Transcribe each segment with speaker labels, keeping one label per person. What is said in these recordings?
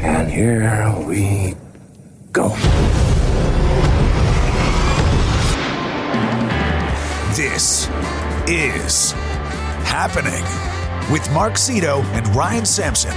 Speaker 1: And here we go.
Speaker 2: This is happening with Mark Zito and Ryan Sampson.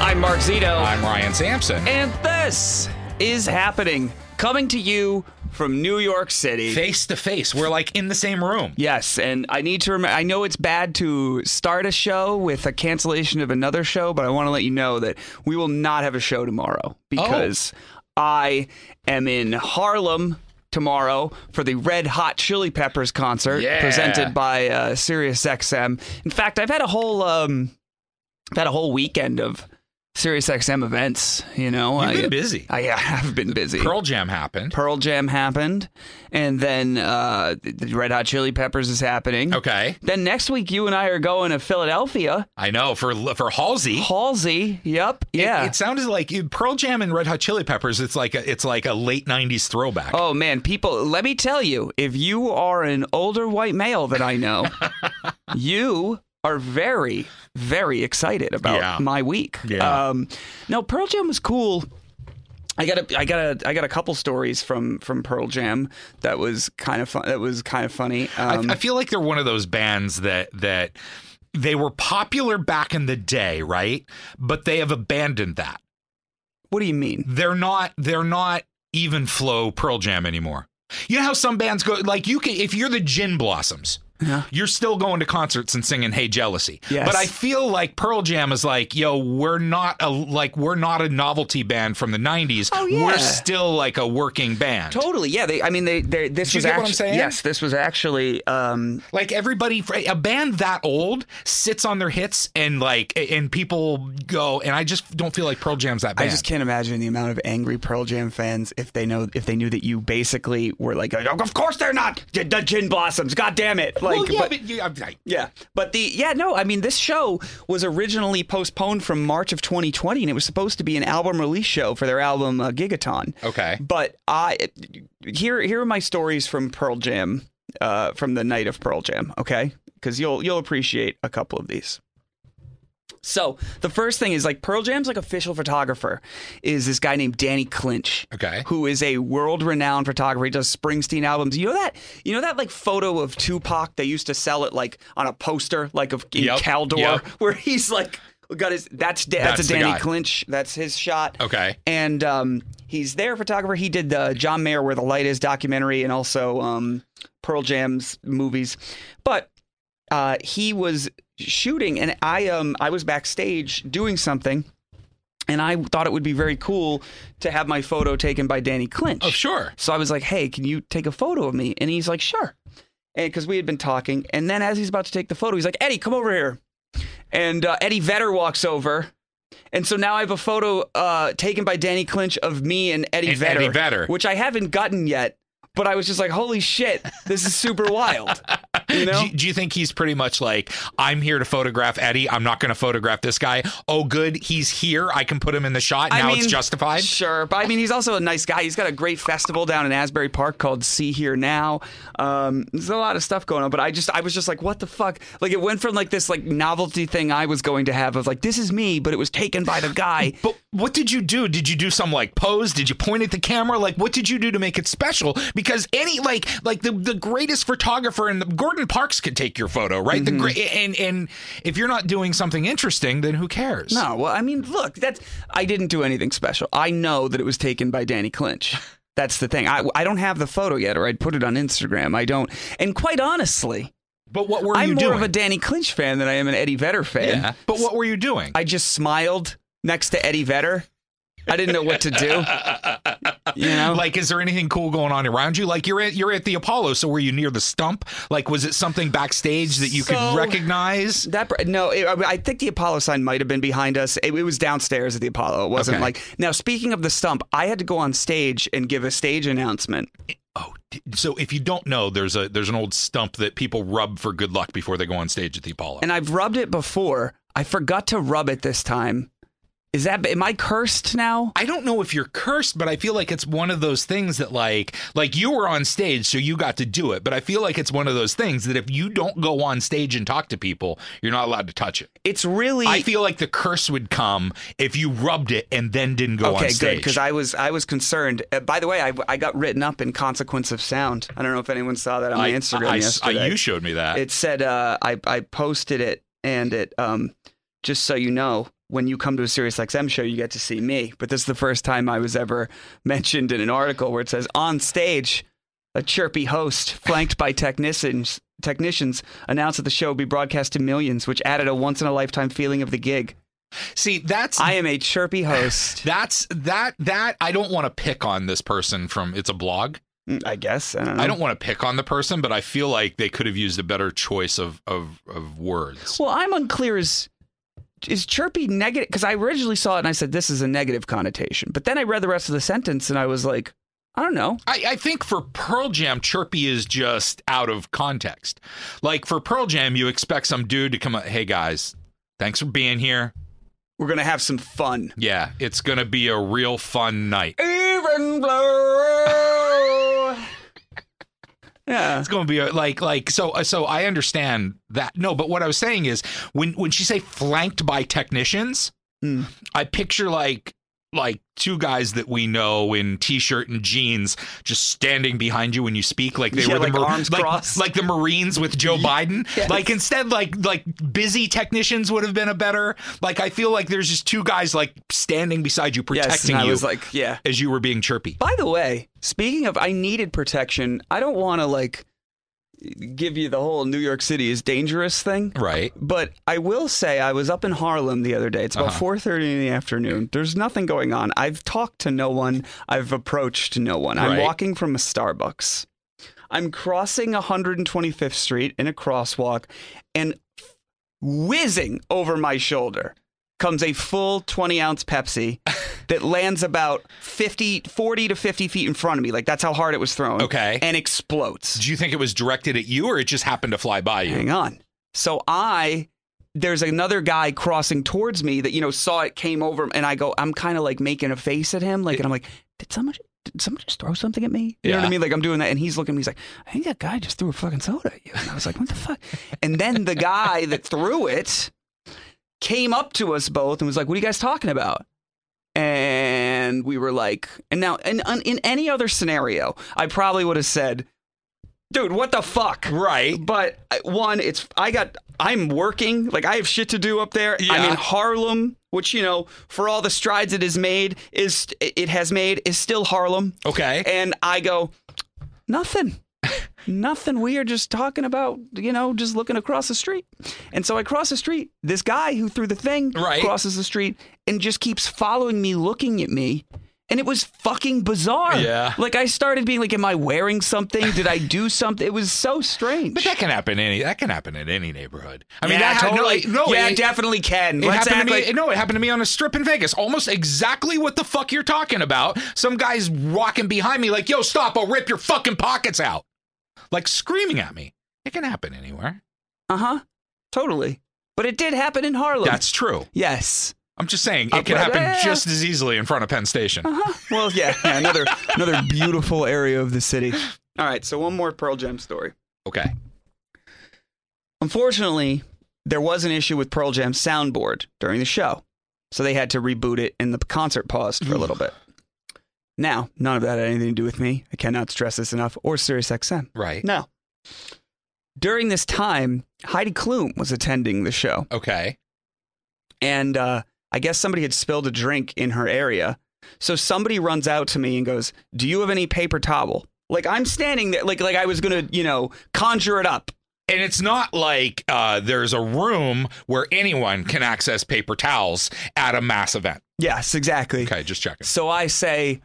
Speaker 3: I'm Mark Zito,
Speaker 4: I'm Ryan Sampson.
Speaker 3: and this is happening. Coming to you from New York City.
Speaker 4: Face to face, we're like in the same room.
Speaker 3: Yes, and I need to remember. I know it's bad to start a show with a cancellation of another show, but I want to let you know that we will not have a show tomorrow because
Speaker 4: Oh.
Speaker 3: I am in Harlem tomorrow for the Red Hot Chili Peppers concert
Speaker 4: Yeah.
Speaker 3: presented by uh, SiriusXM. In fact, I've had a whole um, I've had a whole weekend of SiriusXM events. You know,
Speaker 4: You've
Speaker 3: I,
Speaker 4: been busy.
Speaker 3: I have been busy.
Speaker 4: Pearl Jam happened.
Speaker 3: Pearl Jam happened, and then uh, the Red Hot Chili Peppers is happening.
Speaker 4: Okay,
Speaker 3: Then next week, you and I are going to Philadelphia.
Speaker 4: I know for for Halsey.
Speaker 3: Halsey. Yep.
Speaker 4: it-
Speaker 3: Yeah.
Speaker 4: it, sounded like Pearl Jam and Red Hot Chili Peppers. It's like a, it's like a late '90s throwback.
Speaker 3: oh man, people. Let me tell you, if you are an older white male that I know, you are very, very excited about
Speaker 4: Yeah.
Speaker 3: my week.
Speaker 4: Yeah.
Speaker 3: Um, no, Pearl Jam was cool. I got a, I got a, I got a couple stories from from Pearl Jam that was kind of fun. That was kind of funny.
Speaker 4: I,
Speaker 3: Um,
Speaker 4: I feel like they're one of those bands that that they were popular back in the day, right? But they have abandoned that.
Speaker 3: what do you mean?
Speaker 4: They're not they're not even flow Pearl Jam anymore. You know how some bands go like you can if you're the Gin Blossoms.
Speaker 3: Yeah.
Speaker 4: You're still going to concerts and singing "Hey Jealousy,"
Speaker 3: Yes.
Speaker 4: but I feel like Pearl Jam is like, yo, we're not a like we're not a novelty band from the '90s.
Speaker 3: Oh, yeah.
Speaker 4: We're still like a working band.
Speaker 3: Totally, yeah. They, I mean, they, they this
Speaker 4: you
Speaker 3: was
Speaker 4: get what I'm
Speaker 3: actually,
Speaker 4: saying?
Speaker 3: yes, this was actually, um,
Speaker 4: Like everybody, a band that old sits on their hits and like, and people go, and I just don't feel like Pearl Jam's that band.
Speaker 3: I just can't imagine the amount of angry Pearl Jam fans if they know if they knew that you basically were like, "Oh, of course they're not the, the Gin Blossoms, god damn it! Like,
Speaker 4: well, yeah,
Speaker 3: but,
Speaker 4: but, you- I'm- I-
Speaker 3: yeah, but the yeah, no, I mean, this show was originally postponed from March of 2020, and it was supposed to be an album release show for their album uh, Gigaton.
Speaker 4: Okay.
Speaker 3: but I here here are my stories from Pearl Jam, uh, from the night of Pearl Jam. Okay, because you'll you'll appreciate a couple of these. So the first thing is like Pearl Jam's like official photographer is this guy named Danny Clinch.
Speaker 4: Okay.
Speaker 3: Who is a world renowned photographer. He does Springsteen albums. You know that you know that like photo of Tupac they used to sell it like on a poster, like of in
Speaker 4: Yep,
Speaker 3: Caldor,
Speaker 4: yep.
Speaker 3: where he's like got his that's da- that's,
Speaker 4: That's
Speaker 3: a
Speaker 4: the
Speaker 3: Danny
Speaker 4: guy.
Speaker 3: Clinch. That's his shot.
Speaker 4: Okay.
Speaker 3: And um he's their photographer. He did the John Mayer Where the Light Is documentary and also um Pearl Jam's movies. But uh, he was shooting, and I um I was backstage doing something, and I thought it would be very cool to have my photo taken by Danny Clinch.
Speaker 4: oh, sure.
Speaker 3: So I was like, "Hey, can you take a photo of me?" And he's like, "Sure," and because we had been talking, and then as he's about to take the photo, he's like, "Eddie, come over here," and uh, Eddie Vedder walks over. And so now I have a photo uh, taken by Danny Clinch of me and Eddie
Speaker 4: And
Speaker 3: Vedder,
Speaker 4: Eddie Vedder.
Speaker 3: which I haven't gotten yet. But I was just like, "Holy shit, this is super wild!" You know?
Speaker 4: Do, do you think he's pretty much like, I'm here to photograph Eddie. I'm not going to photograph this guy. Oh, good. He's here. I can put him in the shot. Now it's justified.
Speaker 3: Sure, but I mean, he's also a nice guy. He's got a great festival down in Asbury Park called See Here Now. Um, there's a lot of stuff going on, but I just, I was just like, what the fuck? Like, it went from like this like novelty thing I was going to have of like, this is me, but it was taken by the guy.
Speaker 4: But what did you do? Did you do some like pose? Did you point at the camera? Like what did you do to make it special? Because any like like the the greatest photographer in the Gordon Parks could take your photo, right?
Speaker 3: Mm-hmm.
Speaker 4: The great and and if you're not doing something interesting, then who cares?
Speaker 3: No, well, I mean, look, that's I didn't do anything special. I know that it was taken by Danny Clinch. That's the thing. I, I don't have the photo yet, or I'd put it on Instagram. I don't. And quite honestly,
Speaker 4: But what were
Speaker 3: I'm
Speaker 4: you
Speaker 3: more
Speaker 4: doing?
Speaker 3: of a Danny Clinch fan than I am an Eddie Vedder fan.
Speaker 4: yeah. But what were you doing?
Speaker 3: I just smiled next to Eddie Vedder. I didn't know what to do. You know,
Speaker 4: like, is there anything cool going on around you? Like, you're at you're at the Apollo, so were you near the stump? Like, was it something backstage that you
Speaker 3: So-
Speaker 4: could recognize?
Speaker 3: that. br- No, it, I I think the Apollo sign might have been behind us. It, it was downstairs at the Apollo. It wasn't
Speaker 4: Okay.
Speaker 3: like now. Speaking of the stump, I had to go on stage and give a stage announcement.
Speaker 4: Oh, d- so if you don't know, there's a there's an old stump that people rub for good luck before they go on stage at the Apollo.
Speaker 3: and I've rubbed it before. I forgot to rub it this time, Is that am I cursed now?
Speaker 4: I don't know if you're cursed, but I feel like it's one of those things that like like you were on stage, so you got to do it. But I feel like it's one of those things that if you don't go on stage and talk to people, you're not allowed to touch it.
Speaker 3: It's really
Speaker 4: I feel like the curse would come if you rubbed it and then didn't
Speaker 3: okay,
Speaker 4: go on
Speaker 3: good
Speaker 4: stage.
Speaker 3: because I was I was concerned. Uh, by the way, I, I got written up in consequence of sound. I don't know if anyone saw that on my Instagram
Speaker 4: I- I-
Speaker 3: yesterday.
Speaker 4: you showed me that.
Speaker 3: it said uh, I I posted it and it um just so you know when you come to a Sirius XM show you get to see me but this is the first time I was ever mentioned in an article where it says on stage a chirpy host flanked by technicians technicians announced that the show would be broadcast to millions which added a once in a lifetime feeling of the gig
Speaker 4: See, that's
Speaker 3: I am a chirpy host
Speaker 4: that's that that I don't want to pick on this person from it's a blog.
Speaker 3: Mm, I guess I don't know
Speaker 4: I don't want to pick on the person, but I feel like they could have used a better choice of of, of words.
Speaker 3: well I'm unclear as is chirpy negative? Because I originally saw it and I said this is a negative connotation, but then I read the rest of the sentence and I was like, I don't know.
Speaker 4: I, I think for Pearl Jam, chirpy is just out of context. Like for Pearl Jam, you expect some dude to come up, hey guys, thanks for being here.
Speaker 3: We're gonna have some fun.
Speaker 4: Yeah, it's gonna be a real fun night.
Speaker 3: Even blow. yeah.
Speaker 4: It's gonna be a, like like so uh, so I understand that. No, but what I was saying is when when she say flanked by technicians,
Speaker 3: Hmm.
Speaker 4: I picture like like two guys that we know in t-shirt and jeans just standing behind you when you speak like they
Speaker 3: Yeah,
Speaker 4: were the
Speaker 3: like
Speaker 4: Mar-
Speaker 3: arms
Speaker 4: like,
Speaker 3: crossed.
Speaker 4: like the marines with joe biden
Speaker 3: Yes.
Speaker 4: like instead like like busy technicians would have been a better like i feel like there's just two guys like standing beside you
Speaker 3: Yes.
Speaker 4: protecting
Speaker 3: And I
Speaker 4: you
Speaker 3: was like, yeah.
Speaker 4: as you were being chirpy
Speaker 3: By the way, speaking of, I needed protection. I don't want to like give you the whole New York City is dangerous thing.
Speaker 4: right
Speaker 3: But I will say I was up in Harlem the other day. It's about
Speaker 4: Uh-huh.
Speaker 3: 4:30 in the afternoon. There's nothing going on. I've talked to no one. I've approached no one. I'm
Speaker 4: Right.
Speaker 3: walking from a Starbucks. I'm crossing 125th Street in a crosswalk and whizzing over my shoulder comes a full 20 ounce Pepsi that lands about 50 40 to 50 feet in front of me. Like that's how hard it was thrown.
Speaker 4: Okay.
Speaker 3: And explodes.
Speaker 4: do you think it was directed at you or it just happened to fly by you
Speaker 3: Hang on. So I there's another guy crossing towards me that you know saw it came over and I go I'm kind of like making a face at him like and I'm like did someone did someone just throw something at me? You know what I
Speaker 4: Yeah.
Speaker 3: mean? Like I'm doing that and he's looking at me he's like I think that guy just threw a fucking soda at you. And I was like what the fuck? And then the guy that threw it came up to us both and was like what are you guys talking about? And we were like and now in, in any other scenario I probably would have said dude what the fuck?
Speaker 4: right
Speaker 3: But I- one, it's I got I'm working, like I have shit to do up there. I'm
Speaker 4: Yeah.
Speaker 3: in Harlem, which you know, for all the strides it has made, is it has made is still Harlem.
Speaker 4: okay
Speaker 3: And I go, nothing. Nothing. We are just talking about, you know, just looking across the street. And so I cross the street. This guy who threw the thing
Speaker 4: Right.
Speaker 3: crosses the street and just keeps following me, looking at me. And it was fucking bizarre.
Speaker 4: Yeah.
Speaker 3: Like I started being like, am I wearing something? Did I do something? It was so strange.
Speaker 4: But that can happen any. That can happen in any neighborhood. I mean,
Speaker 3: yeah,
Speaker 4: that had-
Speaker 3: totally.
Speaker 4: no, it- no,
Speaker 3: yeah,
Speaker 4: it,
Speaker 3: definitely can.
Speaker 4: it
Speaker 3: Let's
Speaker 4: happened to
Speaker 3: act
Speaker 4: me.
Speaker 3: like-
Speaker 4: no, it happened to me on a strip in Vegas. Almost exactly what the fuck you're talking about. Some guys walking behind me, like, "Yo, stop! I'll rip your fucking pockets out!" Like screaming at me. It can happen anywhere.
Speaker 3: uh-huh. Totally. But it did happen in Harlem.
Speaker 4: That's true.
Speaker 3: yes.
Speaker 4: I'm just saying it
Speaker 3: but-
Speaker 4: can happen
Speaker 3: yeah.
Speaker 4: just as easily in front of Penn Station.
Speaker 3: Uh-huh. Well, yeah, yeah, another another beautiful area of the city. All right, so one more Pearl Jam story.
Speaker 4: Okay.
Speaker 3: Unfortunately, there was an issue with Pearl Jam's soundboard during the show, so they had to reboot it, and the concert paused for a little bit. Now, none of that had anything to do with me. I cannot stress this enough, or SiriusXM.
Speaker 4: Right.
Speaker 3: No. During this time, Heidi Klum was attending the show.
Speaker 4: Okay.
Speaker 3: and uh, I guess somebody had spilled a drink in her area. So somebody runs out to me and goes, "Do you have any paper towel?" Like I'm standing there, like like I was gonna, you know, conjure it up.
Speaker 4: And it's not like uh, there's a room where anyone can access paper towels at a mass event.
Speaker 3: Yes, exactly.
Speaker 4: Okay, just checking.
Speaker 3: So I say,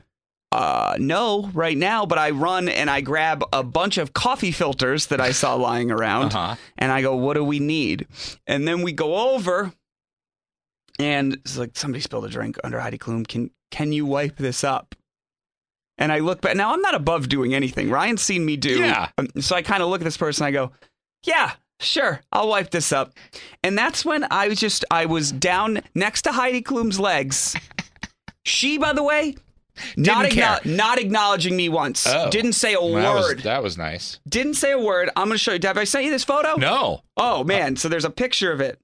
Speaker 3: uh, "No, right now," but I run and I grab a bunch of coffee filters that I saw lying around.
Speaker 4: Uh-huh.
Speaker 3: And I go, what do we need? And then we go over and it's like somebody spilled a drink under Heidi Klum. Can can you wipe this up? And I look back. Now I'm not above doing anything. Ryan's seen me do.
Speaker 4: Yeah.
Speaker 3: Um, so I kind of look at this person. I go, yeah. sure, I'll wipe this up. And that's when I was just, I was down next to Heidi Klum's legs. She, by the way, not,
Speaker 4: Didn't care.
Speaker 3: acknow- not acknowledging me once.
Speaker 4: Oh.
Speaker 3: Didn't say a
Speaker 4: That was,
Speaker 3: word.
Speaker 4: that was nice.
Speaker 3: Didn't say a word. I'm going to show you. Did I send you this photo?
Speaker 4: No.
Speaker 3: Oh man, so there's a picture of it.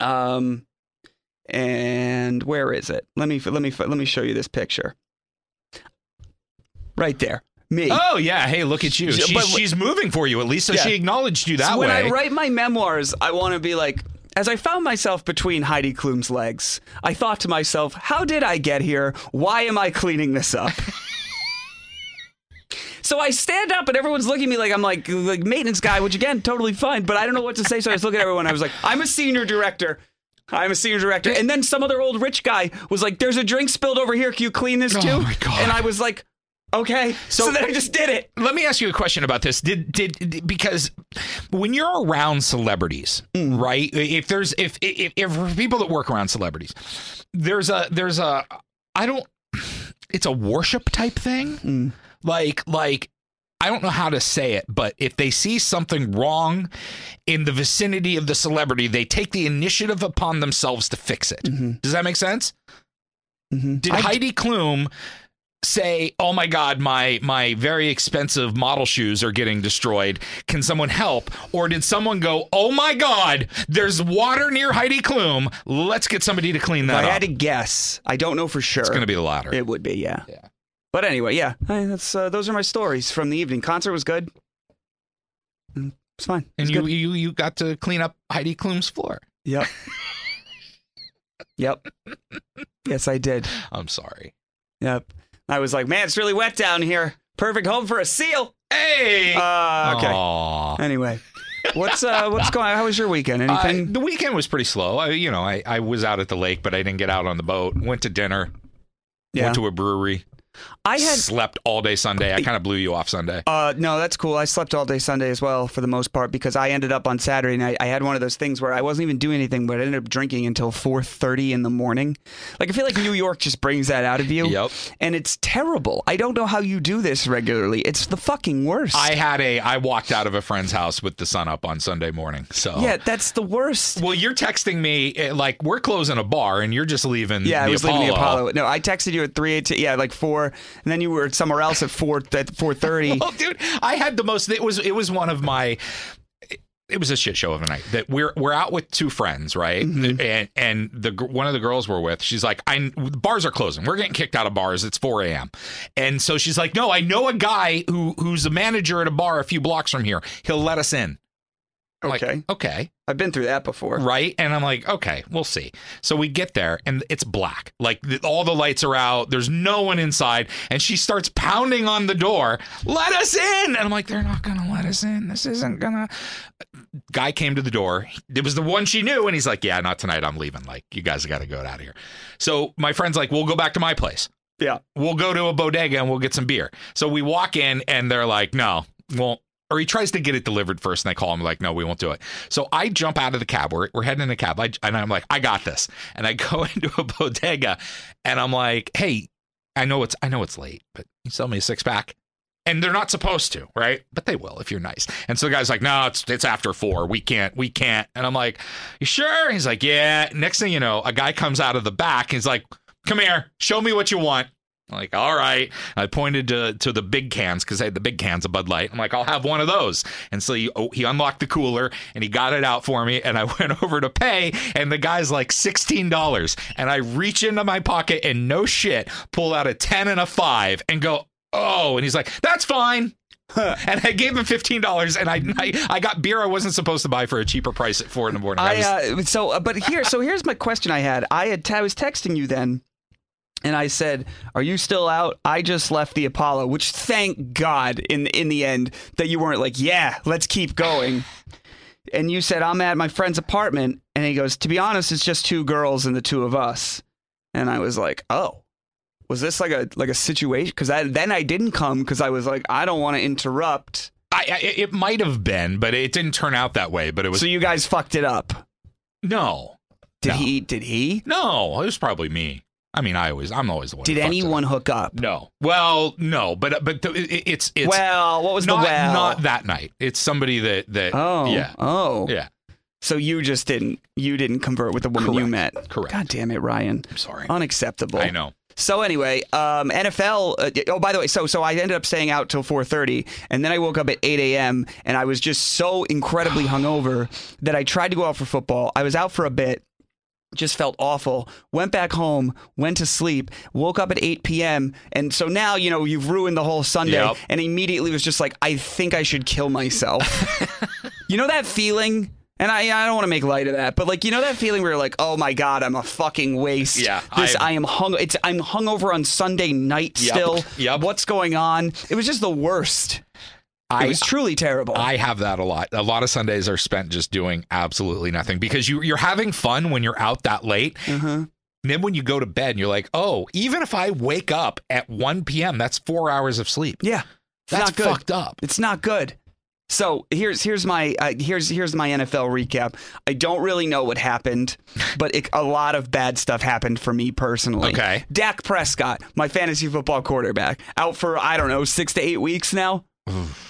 Speaker 3: Um, and where is it? Let me let me let me show you this picture. Right there, me.
Speaker 4: Oh yeah. Hey, look at you.
Speaker 3: She-
Speaker 4: She's,
Speaker 3: but-
Speaker 4: she's moving for you at least, so
Speaker 3: Yeah.
Speaker 4: she acknowledged you that
Speaker 3: so
Speaker 4: way.
Speaker 3: when I write my memoirs, I want to be like. As I found myself between Heidi Klum's legs, I thought to myself, how did I get here? Why am I cleaning this up? so I stand up and everyone's looking at me like I'm like, like maintenance guy, which again, totally fine, but I don't know what to say. So I was looking at everyone. I was like, I'm a senior director. I'm a senior director. And then some other old rich guy was like, there's a drink spilled over here. Can you clean this too?
Speaker 4: Oh my God.
Speaker 3: And I was like, okay. So,
Speaker 4: So-
Speaker 3: then I just did it.
Speaker 4: Let me ask you a question about this. Did did, did- because when you're around celebrities,
Speaker 3: Mm.
Speaker 4: right? If there's if, if if for people that work around celebrities, there's a there's a I don't it's a worship type thing.
Speaker 3: Mm.
Speaker 4: Like like I don't know how to say it, but if they see something wrong in the vicinity of the celebrity, they take the initiative upon themselves to fix it.
Speaker 3: Mm-hmm.
Speaker 4: Does that make sense? Did Heidi Klum say, "Oh my God, my my very expensive model shoes are getting destroyed. Can someone help?" Or did someone go, "Oh my God, there's water near Heidi Klum. Let's get somebody to clean
Speaker 3: If I
Speaker 4: that up."
Speaker 3: had to guess. I don't know for sure.
Speaker 4: it's going to be the latter.
Speaker 3: It would be, yeah.
Speaker 4: Yeah.
Speaker 3: But anyway, yeah. I- that's uh, those are my stories from the evening. Concert was good. Mm, It's fine.
Speaker 4: and
Speaker 3: It's
Speaker 4: you, e-
Speaker 3: good.
Speaker 4: you you got to clean up Heidi Klum's floor.
Speaker 3: Yep. yep. Yes, I did.
Speaker 4: I'm sorry.
Speaker 3: Yep. I was like, man, it's really wet down here. Perfect home for a seal.
Speaker 4: Hey.
Speaker 3: Uh, okay.
Speaker 4: Aw.
Speaker 3: Anyway, what's uh, what's going? on? How was your weekend?
Speaker 4: I,
Speaker 3: Anything?
Speaker 4: the weekend was pretty slow. I, you know, I, I was out at the lake, but I didn't get out on the boat. Went to dinner.
Speaker 3: yeah.
Speaker 4: Went to a brewery.
Speaker 3: I had.
Speaker 4: slept all day Sunday. I kind of blew you off Sunday.
Speaker 3: Uh, no, that's cool. I slept all day Sunday as well for the most part because I ended up on Saturday night. I had one of those things where I wasn't even doing anything, but I ended up drinking until four thirty in the morning. Like I feel like New York just brings that out of you.
Speaker 4: Yep.
Speaker 3: And it's terrible. I don't know how you do this regularly. It's the fucking worst.
Speaker 4: I had a I walked out of a friend's house with the sun up on Sunday morning. So
Speaker 3: yeah, that's the worst.
Speaker 4: Well, you're texting me eh, like we're closing a bar and you're just leaving.
Speaker 3: Yeah, I
Speaker 4: the
Speaker 3: was leaving the Apollo. No, I texted you at three eighteen. Yeah, like four, and then you were somewhere else at four at four thirty.
Speaker 4: Oh, dude, I had the most. It was it was one of my. It was a shit show of a night. That we're we're out with two friends, right? And and the gr- one of the girls we're with, she's like, I bars are closing. We're getting kicked out of bars. It's four a.m. And so she's like, No, I know a guy who who's a manager at a bar a few blocks from here. He'll let us in. I'm like,
Speaker 3: Okay.
Speaker 4: okay.
Speaker 3: I've been through that before.
Speaker 4: right? And I'm like, okay, we'll see. So we get there, and it's black. Like the, all the lights are out. There's no one inside, and she starts pounding on the door. Let us in! And I'm like, they're not gonna let us in. This isn't gonna. Guy came to the door. It was the one she knew, and he's like, yeah, not tonight. I'm leaving. Like you guys got to go out of here. So my friend's like, we'll go back to my place
Speaker 3: Yeah.
Speaker 4: we'll go to a bodega and we'll get some beer. So we walk in and they're like, no, won't. Or he tries to get it delivered first, and they call him like, "No, we won't do it." So I jump out of the cab. We're, we're heading in a cab, I, and I'm like, "I got this." And I go into a bodega, and I'm like, "Hey, I know it's I know it's late, but you sell me a six pack." And they're not supposed to, right? But they will if you're nice. And so the guy's like, "No, it's it's after four. We can't, we can't." And I'm like, "You sure?" And he's like, "Yeah." Next thing you know, a guy comes out of the back. He's like, "Come here, show me what you want." I'm like, all right. I pointed to to the big cans because I had the big cans of Bud Light. I'm like, I'll have one of those. And so he, oh, he unlocked the cooler and he got it out for me. And I went over to pay, and the guy's like sixteen dollars. And I reach into my pocket and no shit, pull out a ten and a five, and go, oh. And he's like, that's fine. And I gave him fifteen dollars, and I, I I got beer I wasn't supposed to buy for a cheaper price at four in the morning. I,
Speaker 3: I
Speaker 4: was,
Speaker 3: uh, so uh, but here so here's my question I had. I had I was texting you then and I said, "Are you still out? I just left the Apollo." Which thank God in in the end that you weren't like, "Yeah, let's keep going." And you said, "I'm at my friend's apartment." And he goes, "To be honest, it's just two girls and the two of us." And I was like, "Oh, was this like a like a situation?" Because I, then I didn't come because I was like, "I don't want to interrupt."
Speaker 4: I, I it might have been, but it didn't turn out that way. But it was
Speaker 3: So you guys fucked it up.
Speaker 4: no,
Speaker 3: Did
Speaker 4: No.
Speaker 3: he? Did he?
Speaker 4: no. It was probably me. I mean, I always, I'm always the one.
Speaker 3: Did
Speaker 4: who fucks it up.
Speaker 3: anyone hook up?
Speaker 4: No. Well, no, but but the, it, it's it's
Speaker 3: well, what was
Speaker 4: not
Speaker 3: the well?
Speaker 4: not that night. It's somebody that that
Speaker 3: Oh,
Speaker 4: yeah
Speaker 3: oh.
Speaker 4: yeah.
Speaker 3: So you just didn't you didn't convert with the woman you met.
Speaker 4: Correct.
Speaker 3: God damn it, Ryan.
Speaker 4: I'm sorry.
Speaker 3: Unacceptable.
Speaker 4: I know.
Speaker 3: So anyway, um, NFL. Uh, oh, by the way, so so I ended up staying out till four thirty, and then I woke up at eight a.m. and I was just so incredibly hungover that I tried to go out for football. I was out for a bit, just felt awful. Went back home, went to sleep, woke up at eight p.m. And so now you know you've ruined the whole Sunday,
Speaker 4: Yep.
Speaker 3: and immediately was just like, I think I should kill myself. you know that feeling. And I, I don't want to make light of that, but like you know that feeling where you're like, oh my god, I'm a fucking waste.
Speaker 4: Yeah,
Speaker 3: this
Speaker 4: I-
Speaker 3: I am hung. It's I'm hungover on Sunday night
Speaker 4: Yep,
Speaker 3: still.
Speaker 4: yep.
Speaker 3: What's going on? It was just the worst. it was truly terrible.
Speaker 4: I have that a lot. A lot of Sundays are spent just doing absolutely nothing because you you're having fun when you're out that late.
Speaker 3: Mhm.
Speaker 4: And then when you go to bed, and you're like, oh, even if I wake up at 1 p.m., that's four hours of sleep.
Speaker 3: Yeah, it's
Speaker 4: That's
Speaker 3: not good.
Speaker 4: fucked up.
Speaker 3: It's not good. So here's here's my uh, here's here's my NFL recap. I don't really know what happened, but it, a lot of bad stuff happened for me personally.
Speaker 4: Okay.
Speaker 3: Dak Prescott, my fantasy football quarterback, out for I don't know six to eight weeks now.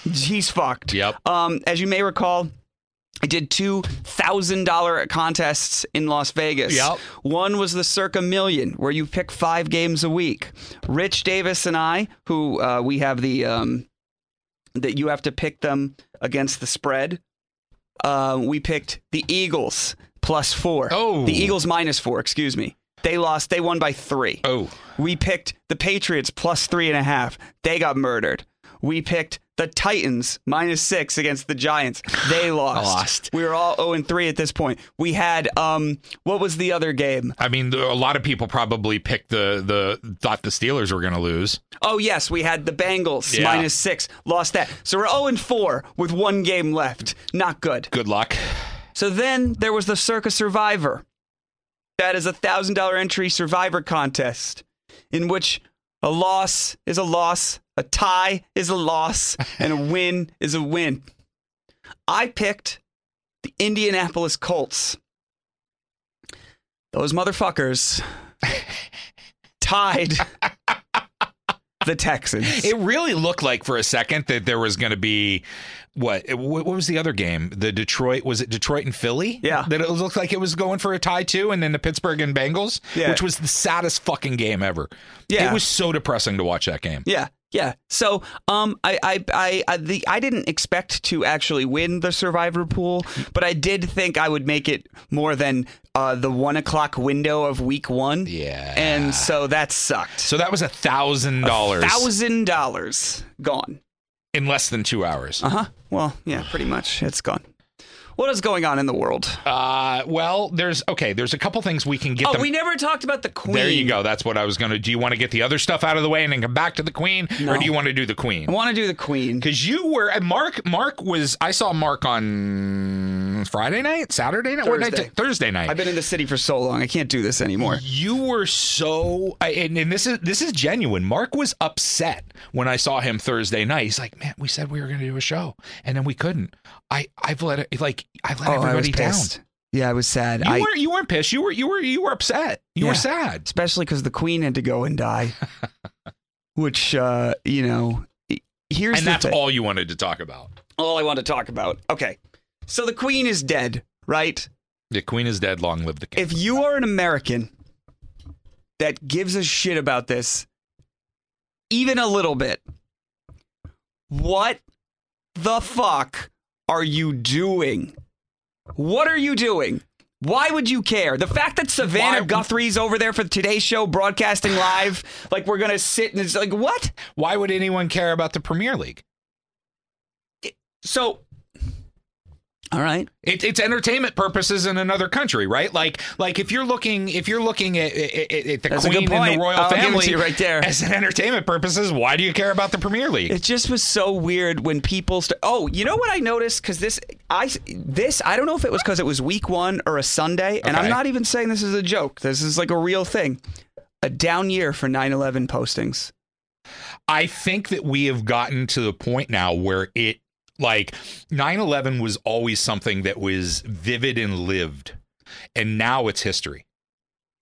Speaker 3: He's fucked.
Speaker 4: Yep.
Speaker 3: Um, as you may recall, I did two thousand dollar contests in Las Vegas.
Speaker 4: Yep.
Speaker 3: One was the Circa Million, where you pick five games a week. Rich Davis and I, who uh, we have the um, that you have to pick them against the spread. Uh, we picked the Eagles plus four.
Speaker 4: Oh.
Speaker 3: the Eagles minus four. Excuse me. They lost. They won by three.
Speaker 4: Oh,
Speaker 3: We picked the Patriots plus three and a half. They got murdered. We picked the Titans minus six against the Giants. They lost.
Speaker 4: Lost.
Speaker 3: We were all 0 and 3 at this point. We had, um, what was the other game?
Speaker 4: I mean, a lot of people probably picked the the thought the Steelers were going to lose.
Speaker 3: Oh, yes, we had the Bengals
Speaker 4: Yeah.
Speaker 3: minus six. Lost that. So we're 0 and 4 with one game left. Not good.
Speaker 4: Good luck.
Speaker 3: So then there was the Circus Survivor. That is a thousand dollar entry survivor contest in which a loss is a loss, a tie is a loss, and a win is a win. I picked the Indianapolis Colts. Those motherfuckers tied the Texans.
Speaker 4: It really looked like for a second that there was going to be what? wh- What was the other game? The Detroit was it Detroit and Philly?
Speaker 3: Yeah.
Speaker 4: that it looked like it was going for a tie too, and then the Pittsburgh and Bengals,
Speaker 3: Yeah.
Speaker 4: which was the saddest fucking game ever.
Speaker 3: Yeah.
Speaker 4: it was so depressing to watch that game.
Speaker 3: Yeah, yeah. So, um, I, I, I, I, the, I didn't expect to actually win the survivor pool, but I did think I would make it more than uh, the one o'clock window of week one.
Speaker 4: Yeah.
Speaker 3: and so that sucked.
Speaker 4: So that was a thousand dollars
Speaker 3: Thousand dollars gone.
Speaker 4: in less than two hours.
Speaker 3: Uh huh. Well, yeah, pretty much. It's gone. What is going on in the world?
Speaker 4: Uh, well, there's okay. There's a couple things we can get.
Speaker 3: oh,
Speaker 4: them-
Speaker 3: we never talked about the queen.
Speaker 4: there you go. That's what I was gonna. Do you want to get the other stuff out of the way and then come back to the Queen,
Speaker 3: No.
Speaker 4: or do you want to do the Queen?
Speaker 3: I want to do the queen.
Speaker 4: because you were and Mark. Mark was. I saw Mark on Friday night, Saturday night, what night-
Speaker 3: Thursday.
Speaker 4: Thursday night.
Speaker 3: I've been in the city for so long. I can't do this anymore.
Speaker 4: you were so, I- and, and this is this is genuine. Mark was upset when I saw him Thursday night. He's like, "Man, we said we were going to do a show, and then we couldn't. I I've let it, like I've let
Speaker 3: oh, I was
Speaker 4: everybody down.
Speaker 3: pissed. Yeah, I was sad.
Speaker 4: You
Speaker 3: I,
Speaker 4: weren't you weren't pissed. You were you were you were upset. You were
Speaker 3: Yeah.
Speaker 4: sad.
Speaker 3: especially because the queen had to go and die. Which, uh, you know, i- here's
Speaker 4: and
Speaker 3: the
Speaker 4: that's
Speaker 3: thi-
Speaker 4: all you wanted to talk about.
Speaker 3: all I want to talk about. Okay. So the queen is dead, right?
Speaker 4: The Queen is dead. Long live the King.
Speaker 3: If you are an American that gives a shit about this, even a little bit, what the fuck are you doing? What are you doing? Why would you care? The fact that Savannah
Speaker 4: Why-
Speaker 3: Guthrie's over there for the Today Show broadcasting live, like we're gonna sit and it's like what?
Speaker 4: Why would anyone care about the Premier League?
Speaker 3: So, all right,
Speaker 4: It, it's entertainment purposes in another country, right? Like, like if you're looking, if you're looking at, at, at the
Speaker 3: That's a
Speaker 4: queen
Speaker 3: good
Speaker 4: and the
Speaker 3: point.
Speaker 4: royal
Speaker 3: I'll give it to
Speaker 4: family
Speaker 3: you right there.
Speaker 4: as an entertainment purposes, why do you care about the Premier League?
Speaker 3: it just was so weird when people. St- oh, you know what I noticed? Because this, I this, I don't know if it was because it was week one or a Sunday, and
Speaker 4: Okay.
Speaker 3: I'm not even saying this is a joke. This is like a real thing. A down year for 9/11 postings.
Speaker 4: I think that we have gotten to the point now where it, like, 9/11 was always something that was vivid and lived, and now it's history.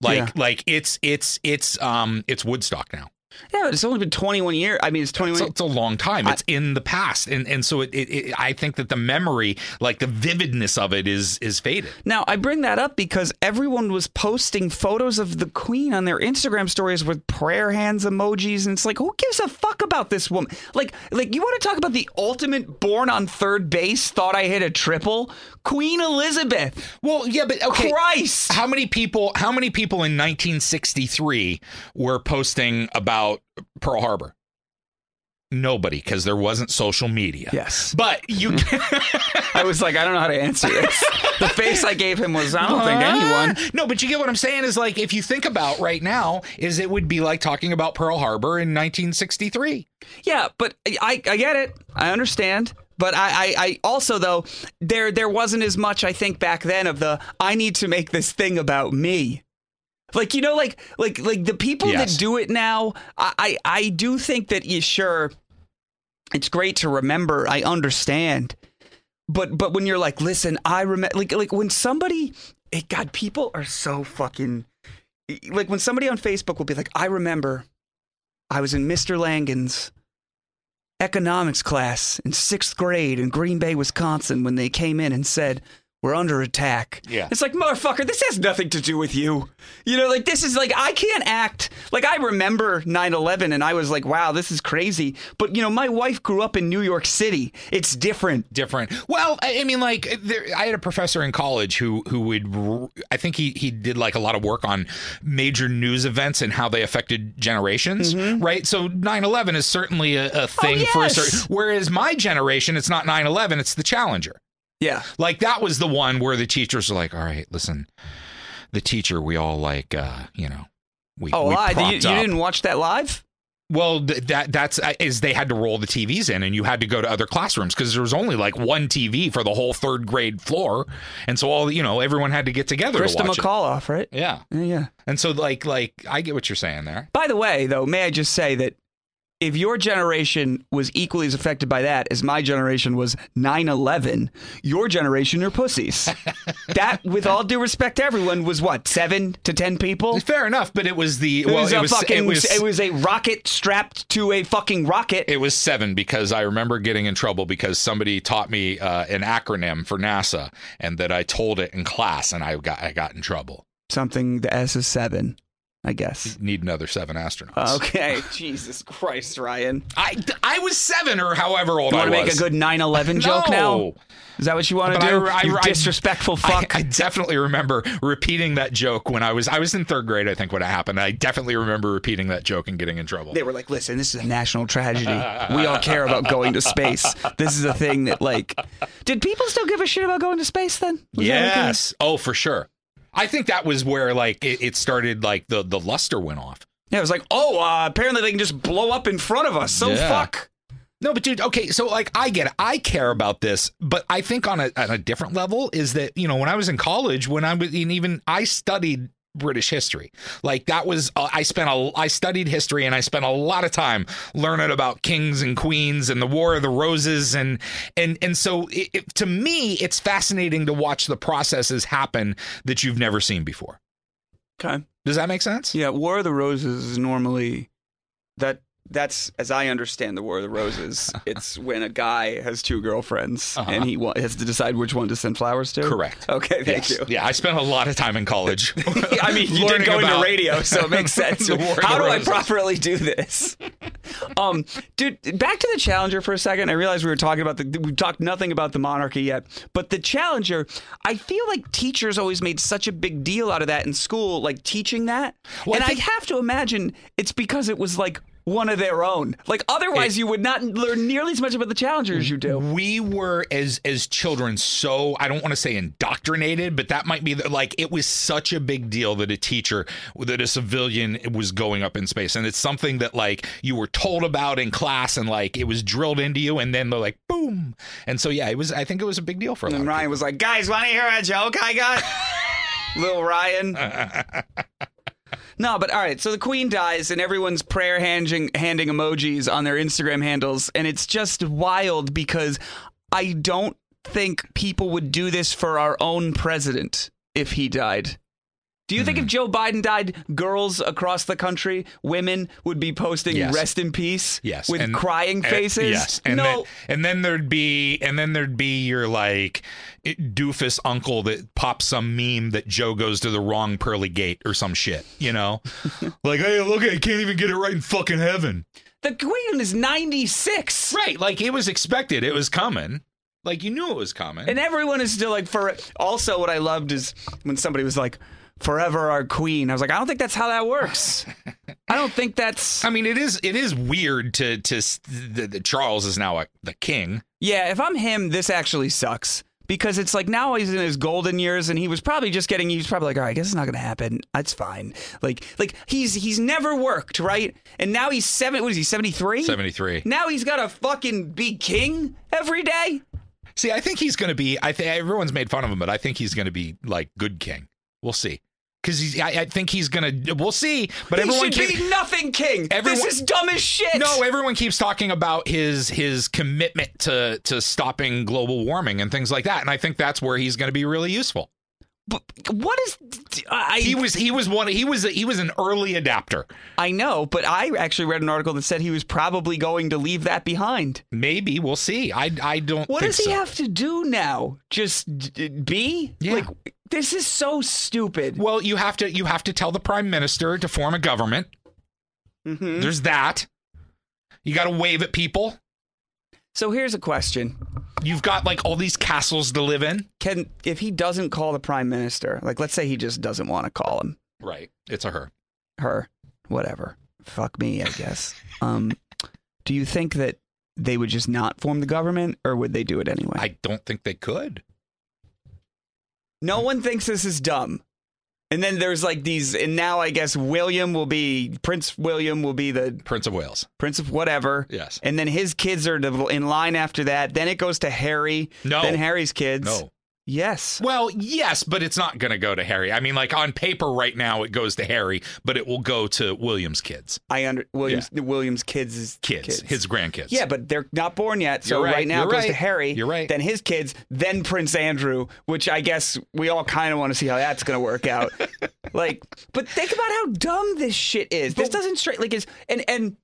Speaker 4: Like
Speaker 3: Yeah.
Speaker 4: like it's it's it's um it's Woodstock now.
Speaker 3: Yeah, it's only been 21 years. I mean, it's 21.
Speaker 4: It's a, it's a long time. It's in the past, and and so it, it, it. I think that the memory, like the vividness of it, is is faded.
Speaker 3: Now, I bring that up because everyone was posting photos of the queen on their Instagram stories with prayer hands emojis and it's like, who gives a fuck about this woman? Like like you want to talk about the ultimate born on third base thought I hit a triple? Queen Elizabeth.
Speaker 4: Well, yeah, but okay.
Speaker 3: Christ.
Speaker 4: How many people? How many people in 1963 were posting about Pearl Harbor? Nobody, because there wasn't social media.
Speaker 3: Yes.
Speaker 4: but you.
Speaker 3: I was like, I don't know how to answer this. the face I gave him was I don't think anyone.
Speaker 4: Ah, No, but you get what I'm saying is like if you think about right now, is it would be like talking about Pearl Harbor in 1963.
Speaker 3: Yeah, but I, I get it. I understand. But I, I, I also though there there wasn't as much I think back then of the I need to make this thing about me. Like you know, like like like the people
Speaker 4: Yes.
Speaker 3: that do it now, I, I I do think that you sure it's great to remember. I understand. But but when you're like, listen, I remember like like when somebody it, God, people are so fucking like when somebody on Facebook will be like, I remember I was in Mr. Langan's economics class in sixth grade in Green Bay, Wisconsin, when they came in and said, We're under attack.
Speaker 4: Yeah.
Speaker 3: It's like, motherfucker, this has nothing to do with you. You know, like, this is like, I can't act. Like, I remember 9 11 and I was like, wow, this is crazy. But, you know, my wife grew up in New York City. It's different.
Speaker 4: different. Well, I I mean, like there, I had a professor in college who who would r- I think he he did like a lot of work on major news events and how they affected generations, right? So 9/11 is certainly a, a thing for a
Speaker 3: Mm-hmm. Oh, yes.
Speaker 4: certain. Whereas my generation, it's not 9/11, it's the Challenger.
Speaker 3: Yeah.
Speaker 4: Like that was the one where the teachers are like, "All right, listen, the teacher we all like, uh, you know." We,
Speaker 3: Oh,
Speaker 4: we
Speaker 3: lie. You,
Speaker 4: propped
Speaker 3: you
Speaker 4: up.
Speaker 3: didn't watch that live?
Speaker 4: Well, th- that that's uh, is they had to roll the TVs in, and you had to go to other classrooms because there was only like one TV for the whole third grade floor, and so all you know, everyone had to get together
Speaker 3: Krista
Speaker 4: to watch
Speaker 3: McAuliffe, right?
Speaker 4: it. Yeah,
Speaker 3: Yeah. yeah.
Speaker 4: and so like like I get what you're saying there.
Speaker 3: By the way, though, may I just say that if your generation was equally as affected by that as my generation was 9 11, your generation are pussies. that, with all due respect to everyone, was what, seven to 10 people?
Speaker 4: Fair enough, but it was the
Speaker 3: It
Speaker 4: well,
Speaker 3: was
Speaker 4: it
Speaker 3: a
Speaker 4: was
Speaker 3: fucking,
Speaker 4: it was it was,
Speaker 3: a rocket strapped to a fucking rocket.
Speaker 4: seven because I remember getting in trouble because somebody taught me uh, an acronym for NASA, and that I told it in class, and I got I got in trouble.
Speaker 3: Something, the S is seven, I guess.
Speaker 4: Need another seven astronauts.
Speaker 3: Uh, Okay, Jesus Christ, Ryan.
Speaker 4: I I was seven or however old
Speaker 3: You
Speaker 4: I
Speaker 3: want
Speaker 4: was.
Speaker 3: to make a good 9 11 joke
Speaker 4: No.
Speaker 3: now? Is that what you want to
Speaker 4: But I-
Speaker 3: do?
Speaker 4: I-
Speaker 3: you
Speaker 4: I-
Speaker 3: disrespectful fuck.
Speaker 4: I, I definitely remember repeating that joke when I was I was in third grade. I think when it happened, I definitely remember repeating that joke and getting in trouble.
Speaker 3: they were like, listen, this is a national tragedy. We all care about going to space. This is a thing that, like, did people still give a shit about going to space then? Was that like a-
Speaker 4: yes. Oh, for sure. I think that was where like it, it started. Like the the luster went off.
Speaker 3: Yeah, it was like, oh, uh, apparently they can just blow up in front of us. So
Speaker 4: Yeah.
Speaker 3: fuck.
Speaker 4: No, but dude, okay, so like I get it. I care about this, but I think on a on a different level is that, you know, when I was in college, when I was in even I studied British history. Like that was uh, I spent a I studied history and I spent a lot of time learning about kings and queens and the War of the Roses and and and so it, it, to me it's fascinating to watch the processes happen that you've never seen before.
Speaker 3: Okay.
Speaker 4: Does that make sense?
Speaker 3: Yeah, War of the Roses is normally that. That's as I understand the War of the Roses. it's when a guy has two girlfriends
Speaker 4: Uh-huh.
Speaker 3: and he wa- has to decide which one to send flowers to.
Speaker 4: Correct.
Speaker 3: Okay, thank
Speaker 4: Yes.
Speaker 3: you.
Speaker 4: Yeah, I spent a lot of time in college.
Speaker 3: I mean, you did
Speaker 4: learning
Speaker 3: go into
Speaker 4: about-
Speaker 3: radio, so it makes sense.
Speaker 4: The War of
Speaker 3: How
Speaker 4: the
Speaker 3: do I
Speaker 4: Roses.
Speaker 3: properly do this? Um, dude, back to the Challenger for a second. I realized we were talking about the we've talked nothing about the monarchy yet, but the Challenger, I feel like teachers always made such a big deal out of that in school, like teaching that.
Speaker 4: Well, I
Speaker 3: and I,
Speaker 4: think-
Speaker 3: have to imagine it's because it was like one of their own. Like otherwise, you would not learn nearly as much about the Challenger as you do.
Speaker 4: we were as as children so i don't want to say indoctrinated but that might be the, like it was such a big deal that a teacher that a civilian was going up in space and it's something that like you were told about in class and like it was drilled into you and then they're like boom and so yeah it was i think it was a big deal for a lot
Speaker 3: And
Speaker 4: of
Speaker 3: Ryan was like, "Guys, want to hear a joke I got?" Little Ryan. no, but all right. So the queen dies, and everyone's prayer handing handing emojis on their Instagram handles, and it's just wild because I don't think people would do this for our own president if he died. Do you think if Joe Biden died, girls across the country, women would be posting
Speaker 4: Yes.
Speaker 3: "Rest in peace"
Speaker 4: Yes,
Speaker 3: with
Speaker 4: and-
Speaker 3: crying
Speaker 4: and-
Speaker 3: faces?
Speaker 4: yes, and
Speaker 3: no.
Speaker 4: then and then there'd be and then there'd be your like it- doofus uncle that pops some meme that Joe goes to the wrong pearly gate or some shit. You know, like hey, look, I can't even get it right in fucking heaven.
Speaker 3: the Queen is 96.
Speaker 4: Right, like it was expected, it was coming. Like you knew it was coming.
Speaker 3: And everyone is still like for also what I loved is when somebody was like forever our queen. I was like, I don't think that's how that works. I don't think that's
Speaker 4: I mean, it is it is weird to to s- that that Charles is now a, the king.
Speaker 3: Yeah, if I'm him, this actually sucks because it's like now he's in his golden years and he was probably just getting he's probably like, "All right, I guess it's not going to happen. That's fine." Like like he's he's never worked, right? And now he's 7 what is he 73?
Speaker 4: 73.
Speaker 3: Now he's got to fucking be king every day?
Speaker 4: See, I think he's going to be. I think everyone's made fun of him, but I think he's going to be like good king. We'll see, because I, I think he's going to. We'll see, but
Speaker 3: He
Speaker 4: everyone
Speaker 3: should
Speaker 4: keep-
Speaker 3: be nothing king.
Speaker 4: Everyone-
Speaker 3: this is dumb as shit.
Speaker 4: no, everyone keeps talking about his his commitment to to stopping global warming and things like that, and I think that's where he's going to be really useful.
Speaker 3: But what is I
Speaker 4: He was he was one he was he was an early adapter.
Speaker 3: I know, but I actually read an article that said he was probably going to leave that behind.
Speaker 4: Maybe we'll see. I I don't.
Speaker 3: What
Speaker 4: think
Speaker 3: does he
Speaker 4: so.
Speaker 3: have to do now? Just d- d- be?
Speaker 4: Yeah.
Speaker 3: Like this is so stupid.
Speaker 4: Well, you have to you have to tell the prime minister to form a government.
Speaker 3: Hmm?
Speaker 4: There's that. You got to wave at people.
Speaker 3: So here's a question.
Speaker 4: You've got like all these castles to live in.
Speaker 3: Can if he doesn't call the prime minister, like let's say he just doesn't want to call him,
Speaker 4: Right. It's a her.
Speaker 3: her, whatever. Fuck me, I guess. um do you think that they would just not form the government or would they do it anyway?
Speaker 4: I don't think they could.
Speaker 3: no one thinks this is dumb. And then there's like these and now I guess William will be Prince William will be the
Speaker 4: Prince of Wales.
Speaker 3: Prince of whatever.
Speaker 4: Yes.
Speaker 3: And then his kids are to- in line after that. Then it goes to Harry.
Speaker 4: No.
Speaker 3: Then Harry's kids.
Speaker 4: No.
Speaker 3: Yes.
Speaker 4: Well, yes, but it's not going to go to Harry. I mean, like on paper right now, it goes to Harry, but it will go to William's kids,
Speaker 3: I under Williams. Williams' kids is
Speaker 4: kids, his grandkids.
Speaker 3: Yeah, but they're not born yet. So
Speaker 4: You're
Speaker 3: right,
Speaker 4: right.
Speaker 3: now it
Speaker 4: You're
Speaker 3: goes to
Speaker 4: right.
Speaker 3: Harry.
Speaker 4: You're right.
Speaker 3: Then his kids. Then Prince Andrew, which I guess we all kind of want to see how that's going to work out. like, but think about how dumb this shit is. This doesn't straight like is and and.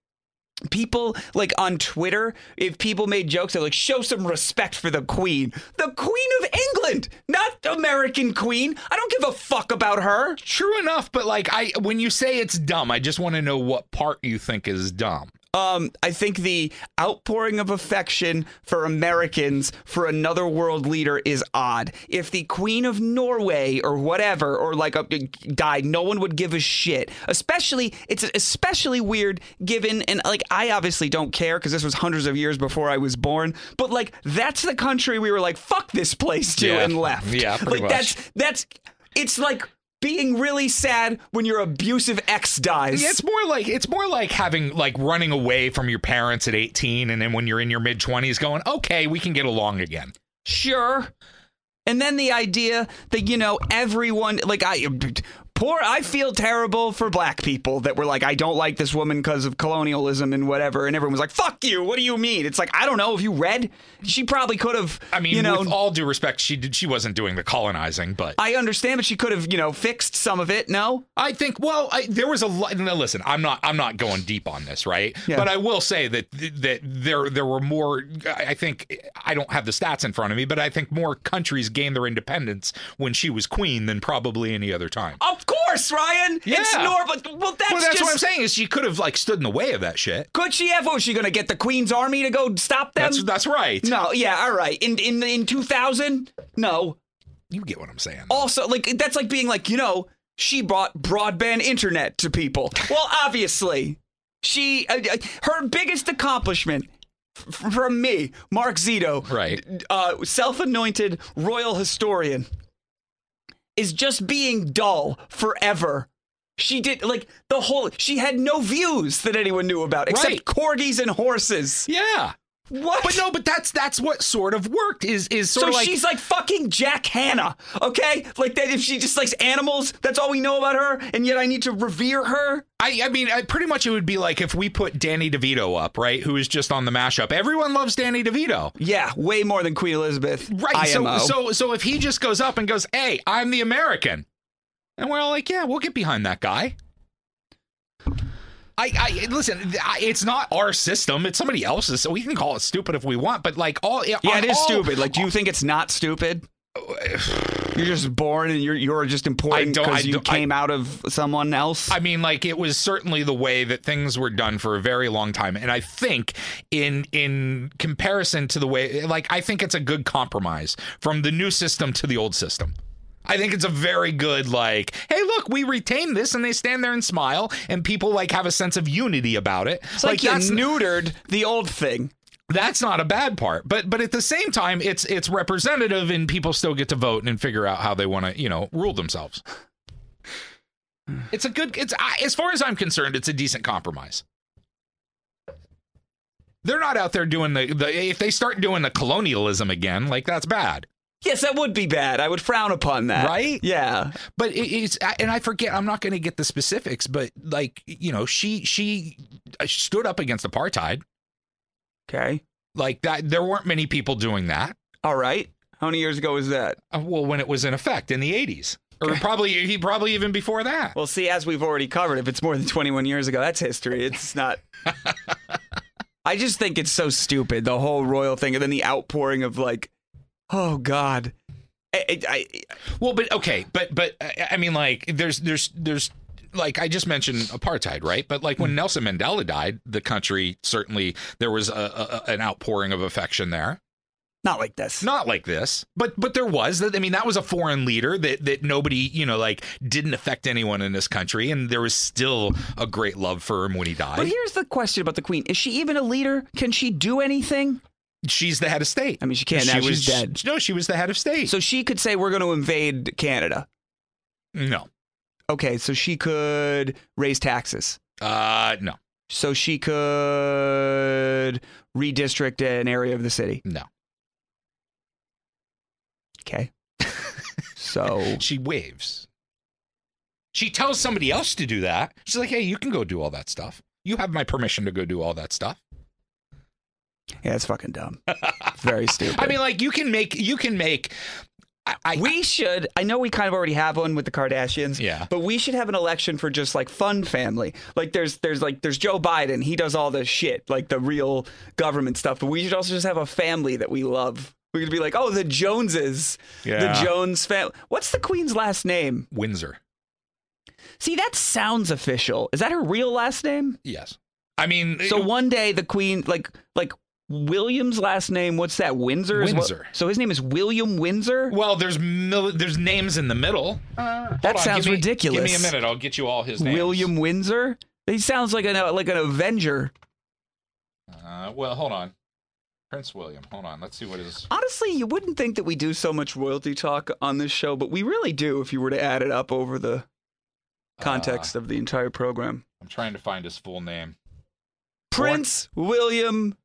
Speaker 3: People like on Twitter, if people made jokes, they're like, show some respect for the Queen. The Queen of England, not American Queen. I don't give a fuck about her.
Speaker 4: True enough, but like I, when you say it's dumb, I just want to know what part you think is dumb.
Speaker 3: Um, I think the outpouring of affection for Americans for another world leader is odd. If the Queen of Norway or whatever or like a, died, no one would give a shit. Especially, it's especially weird given and like I obviously don't care because this was hundreds of years before I was born. But like that's the country we were like fuck this place to
Speaker 4: Yeah.
Speaker 3: and left.
Speaker 4: Yeah,
Speaker 3: like
Speaker 4: pretty much.
Speaker 3: that's that's it's like being really sad when your abusive ex dies.
Speaker 4: Yeah, it's more like it's more like having like running away from your parents at 18 and then when you're in your mid 20s going, "Okay, we can get along again."
Speaker 3: Sure. And then the idea that, you know, everyone, like, I. Poor, I feel terrible for black people that were like, I don't like this woman because of colonialism and whatever. And everyone was like, fuck you. What do you mean? It's like, I don't know. Have you read? She probably could have,
Speaker 4: I mean,
Speaker 3: you know,
Speaker 4: with all due respect, she did she wasn't doing the colonizing, but I,
Speaker 3: I understand, but she could have, you know, fixed some of it. No?
Speaker 4: think well, I, there was a lot now listen, I'm not I'm not going deep on this, right?
Speaker 3: Yeah.
Speaker 4: But I will say that that there there were more I I think I don't have the stats in front of me, but I think more countries gained their independence when she was queen than probably any other time.
Speaker 3: Of course, Ryan. It's
Speaker 4: Yeah.
Speaker 3: normal. Well, that's,
Speaker 4: well, that's
Speaker 3: just.
Speaker 4: what I'm saying is she could have like stood in the way of that shit.
Speaker 3: Could she have? Was she going to get the Queen's army to go stop them?
Speaker 4: That's that's right.
Speaker 3: no, yeah, all right. In in in 2000? No.
Speaker 4: You get what I'm saying.
Speaker 3: also like that's like being like you know she brought broadband internet to people well obviously she uh, uh, her biggest accomplishment f- from me mark zito
Speaker 4: Right.
Speaker 3: uh, self-anointed royal historian is just being dull forever she did like the whole she had no views that anyone knew about except
Speaker 4: Right.
Speaker 3: corgis and horses
Speaker 4: Yeah.
Speaker 3: what
Speaker 4: But no, but that's that's what sort of worked is is sort
Speaker 3: So
Speaker 4: of like
Speaker 3: she's like fucking Jack Hanna, okay? Like that if she just likes animals, that's all we know about her, and yet I need to revere her.
Speaker 4: I I mean I, pretty much it would be like if we put Danny DeVito up right, who is just on the mashup. Everyone loves Danny DeVito,
Speaker 3: Yeah, way more than Queen Elizabeth.
Speaker 4: right?
Speaker 3: IMO.
Speaker 4: So so so if he just goes up and goes, "Hey, I'm the American," And we're all like, yeah, we'll get behind that guy. I, I listen. th- I, it's not our system; it's somebody else's. So we can call it stupid if we want. But like all,
Speaker 3: Yeah,
Speaker 4: on
Speaker 3: it is
Speaker 4: all-
Speaker 3: stupid. Like, do you think it's not stupid? You're just born and you're you're just important
Speaker 4: don't- I
Speaker 3: because you
Speaker 4: don't- I-
Speaker 3: came out of someone else.
Speaker 4: I mean, like it was certainly the way that things were done for a very long time, and I think in in comparison to the way, like I think it's a good compromise from the new system to the old system. I think it's a very good like, hey, look, we retain this, and they stand there and smile, and people like have a sense of unity about it.
Speaker 3: it's like, you
Speaker 4: that's
Speaker 3: neutered the old thing.
Speaker 4: that's not a bad part, but but at the same time, it's it's representative, and people still get to vote and figure out how they want to you know rule themselves. It's a good. It's I- as far as I'm concerned, it's a decent compromise. They're not out there doing the, the if they start doing the colonialism again, like that's bad,
Speaker 3: Yes, that would be bad. I would frown upon that.
Speaker 4: right?
Speaker 3: Yeah.
Speaker 4: But it, it's I- and I forget. I'm not going to get the specifics, but like you know, she she uh, stood up against apartheid.
Speaker 3: Okay.
Speaker 4: Like that, there weren't many people doing that.
Speaker 3: All right. How many years ago was that?
Speaker 4: Uh, well, when it was in effect in the 80s, or probably he probably even before that.
Speaker 3: Well, see, as we've already covered, if it's more than 21 years ago, that's history. It's not. I just think it's so stupid, the whole royal thing, and then the outpouring of, like, oh, God. I, I, I-
Speaker 4: Well, but okay, but but I I mean, like, there's there's there's like I just mentioned apartheid, right? But like when
Speaker 3: Hmm.
Speaker 4: Nelson Mandela died, the country certainly there was a, a a- an outpouring of affection there.
Speaker 3: not like this.
Speaker 4: Not like this, but but there was that. I mean, that was a foreign leader that that nobody you know like didn't affect anyone in this country, and there was still a great love for him when he died.
Speaker 3: But here's the question about the queen: Is she even a leader? Can she do anything?
Speaker 4: She's the head of state.
Speaker 3: I mean, she can't now,
Speaker 4: was,
Speaker 3: she's dead.
Speaker 4: No, she was the head of state.
Speaker 3: So she could say, "We're going to invade Canada."
Speaker 4: no,
Speaker 3: Okay, so she could raise taxes.
Speaker 4: uh, no.
Speaker 3: So she could redistrict an area of the city.
Speaker 4: No.
Speaker 3: Okay. so
Speaker 4: She waves. She tells somebody else to do that. She's like, hey, you can go do all that stuff. You have my permission to go do all that stuff.
Speaker 3: yeah, it's fucking dumb. Very stupid.
Speaker 4: I mean, like, you can make, you can make, I, I
Speaker 3: we should. I know we kind of already have one with the Kardashians.
Speaker 4: Yeah.
Speaker 3: But we should have an election for just like fun family. Like there's there's like there's Joe Biden. He does all the shit like the real government stuff. But we should also just have a family that we love. We could be like, oh, the Joneses.
Speaker 4: Yeah.
Speaker 3: The Jones family. What's the Queen's last name?
Speaker 4: Windsor.
Speaker 3: See, that sounds official. Is that her real last name?
Speaker 4: Yes. I mean, uh,
Speaker 3: So one day the Queen, like like William's last name. What's that? Windsor. is what-
Speaker 4: Windsor.
Speaker 3: so his name is William Windsor.
Speaker 4: well, there's mil- there's names in the middle. Hold
Speaker 3: that
Speaker 4: on,
Speaker 3: sounds
Speaker 4: give me-
Speaker 3: ridiculous.
Speaker 4: Give me a minute. I'll get you all his names.
Speaker 3: William Windsor. He sounds like an like an Avenger.
Speaker 4: Uh, well, hold on. Prince William. Hold on. Let's see what is.
Speaker 3: Honestly, you wouldn't think that we do so much royalty talk on this show, but we really do. If you were to add it up over the context
Speaker 4: Uh.
Speaker 3: of the entire program,
Speaker 4: I'm trying to find his full name.
Speaker 3: Prince William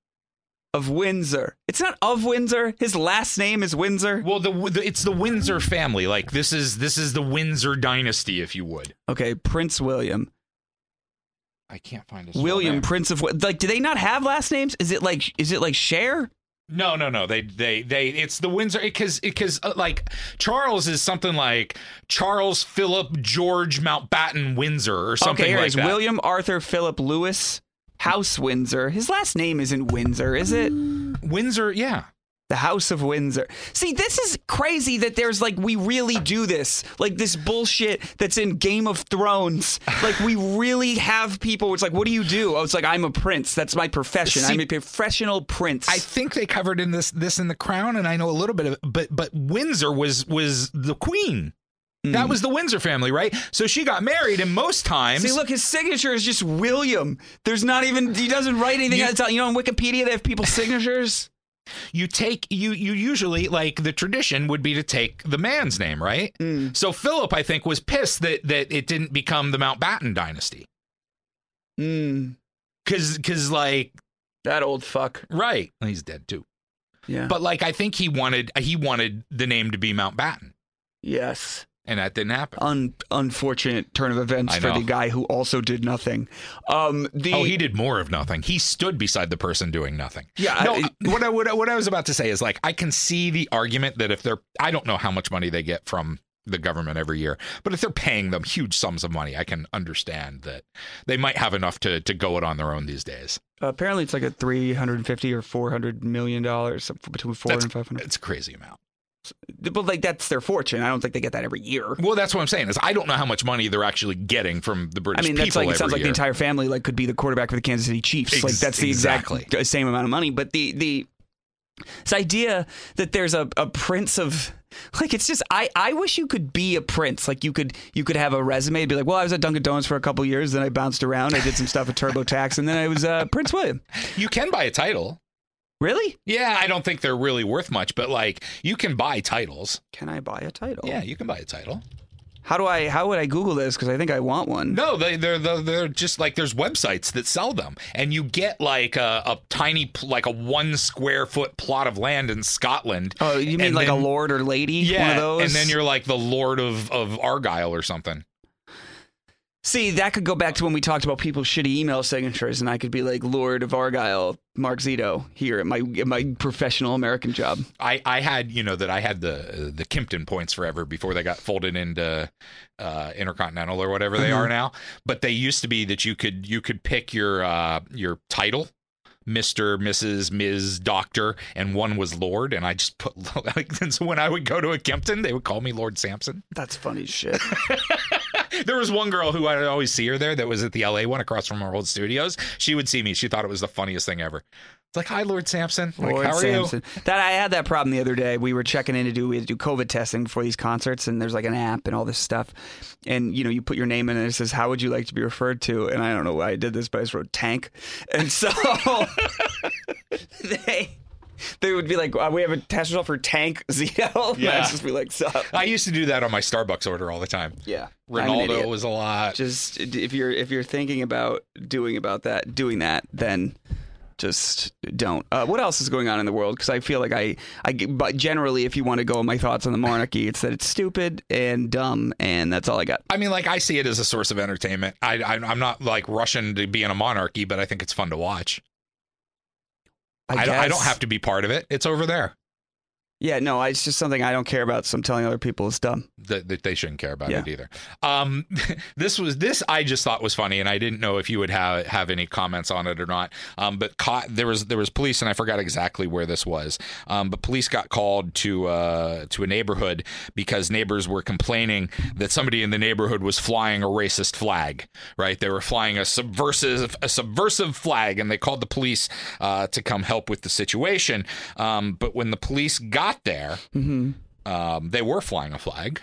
Speaker 3: of Windsor. It's not of Windsor. His last name is Windsor.
Speaker 4: Well, the, the it's the Windsor family. Like this is this is the Windsor dynasty, if you would.
Speaker 3: Okay, Prince William.
Speaker 4: I can't find his full
Speaker 3: William,
Speaker 4: name.
Speaker 3: Prince of Wi- like. Do they not have last names? Is it like is it like Cher?
Speaker 4: No, no, no. They, they, they. It's the Windsor because, because uh, like Charles is something like Charles Philip George Mountbatten Windsor or something
Speaker 3: okay, here it
Speaker 4: like
Speaker 3: is.
Speaker 4: that.
Speaker 3: William Arthur Philip Lewis House Windsor. His last name isn't Windsor, is it?
Speaker 4: Windsor, yeah.
Speaker 3: The House of Windsor. See, this is crazy that there's like, we really do this. Like, this bullshit that's in Game of Thrones. Like, we really have people. It's like, what do you do? Oh, it's like, I'm a prince. That's my profession.
Speaker 4: See-
Speaker 3: I'm a professional prince.
Speaker 4: I think they covered in this this in the Crown, and I know a little bit of, it, but but Windsor was was the Queen. That was the Windsor family, right? So she got married, and most times,
Speaker 3: See, look, his signature is just William. There's not even, he doesn't write anything.
Speaker 4: You-
Speaker 3: You, you know, on Wikipedia, they have people's signatures.
Speaker 4: you take you you usually like the tradition would be to take the man's name, right? So Philip, I think, was pissed that that it didn't become the Mountbatten dynasty.
Speaker 3: Mm,
Speaker 4: Cause, cause, like,
Speaker 3: that old fuck.
Speaker 4: right, he's dead too.
Speaker 3: Yeah.
Speaker 4: But like, I think he wanted he wanted the name to be Mountbatten,
Speaker 3: yes.
Speaker 4: and that didn't happen.
Speaker 3: Un- unfortunate turn of events
Speaker 4: I
Speaker 3: for
Speaker 4: know.
Speaker 3: the guy who also did nothing. Um, the
Speaker 4: Oh, he did more of nothing. He stood beside the person doing nothing.
Speaker 3: Yeah,
Speaker 4: No, uh,
Speaker 3: I-
Speaker 4: what I what I, what I was about to say is like I can see the argument that if they're I don't know how much money they get from the government every year. But if they're paying them huge sums of money, I can understand that they might have enough to to go it on their own these days.
Speaker 3: Apparently, it's like a three hundred and fifty or four hundred million dollars some- between four and five hundred.
Speaker 4: It's a crazy amount.
Speaker 3: But like that's their fortune. I don't think they get that every year.
Speaker 4: Well, that's what I'm saying is I don't know how much money they're actually getting from the
Speaker 3: I
Speaker 4: British
Speaker 3: mean, that's
Speaker 4: people
Speaker 3: like it sounds
Speaker 4: every
Speaker 3: like the
Speaker 4: year.
Speaker 3: entire family like could be the quarterback for the Kansas City Chiefs. like
Speaker 4: Ex-
Speaker 3: that's the exact
Speaker 4: exactly.
Speaker 3: same amount of money. But the the this idea that there's a, a prince of like it's just I, I wish you could be a prince like you could you could have a resume and be like well I was at Dunkin' Donuts for a couple years then I bounced around I did some stuff at TurboTax and then I was uh, Prince William
Speaker 4: you can buy a title.
Speaker 3: really
Speaker 4: Yeah, I don't think they're really worth much, but like you can buy titles.
Speaker 3: can I buy a title
Speaker 4: Yeah, you can buy a title.
Speaker 3: how do I how would I Google this because I think I want one
Speaker 4: No, they, they're, they're they're just like there's websites that sell them, and you get like a, a tiny pl- like a one square foot plot of land in Scotland.
Speaker 3: oh you mean
Speaker 4: and
Speaker 3: like a
Speaker 4: then-
Speaker 3: lord or lady
Speaker 4: Yeah,
Speaker 3: one of those
Speaker 4: and then you're like the Lord of of Argyle or something.
Speaker 3: See, that could go back to when we talked about people's shitty email signatures, and I could be like Lord of Argyle, Mark Zito, here at my at my professional American job.
Speaker 4: I, I had you know that I had the uh, the Kimpton points forever before they got folded into uh, Intercontinental or whatever they
Speaker 3: Mm-hmm.
Speaker 4: are now. But they used to be that you could you could pick your uh, your title, Mister, Mrs, Ms, Doctor, and one was Lord. And I just put like and so when I would go to a Kimpton, they would call me Lord Sampson.
Speaker 3: That's funny as shit.
Speaker 4: There was one girl who I'd always see her there that was at the LA one across from our old studios. She would see me. She thought it was the funniest thing ever. It's like hi Lord Sampson. Like,
Speaker 3: Lord
Speaker 4: how are you?
Speaker 3: Sampson. That I had that problem the other day. We were checking in to do we had to do COVID testing before these concerts, and there's like an app and all this stuff, and you know you put your name in and it says how would you like to be referred to, and I don't know why I did this, but I just wrote tank, and so they. They would be like, uh, "We have a test result for Tank Zito." And
Speaker 4: Yeah.
Speaker 3: I'd just be like, "Sup?"
Speaker 4: I used to do that on my Starbucks order all the time.
Speaker 3: Yeah, I'm an
Speaker 4: Ronaldo
Speaker 3: idiot.
Speaker 4: was a lot.
Speaker 3: Just if you're if you're thinking about doing about that doing that, then just don't. Uh, what else is going on in the world? Because I feel like I I g- but generally, if you want to go on my thoughts on the monarchy, it's that it's stupid and dumb, and that's all I got.
Speaker 4: I mean, like I see it as a source of entertainment. I, I I'm not like Russian to be in a monarchy, but I think it's fun to watch. I, don't, I don't
Speaker 3: guess.
Speaker 4: have to be part of it. It's over there
Speaker 3: Yeah, no, it's just something I don't care about. So I'm telling other people it's dumb.
Speaker 4: that, that they shouldn't care about
Speaker 3: Yeah.
Speaker 4: it either. Um, this was this I just thought was funny, and I didn't know if you would have have any comments on it or not. Um, but caught, there was there was police, and I forgot exactly where this was. Um, but police got called to uh, to a neighborhood because neighbors were complaining that somebody in the neighborhood was flying a racist flag. Right, they were flying a subversive a subversive flag, and they called the police uh, to come help with the situation. Um, but when the police got there, um, they were flying a flag.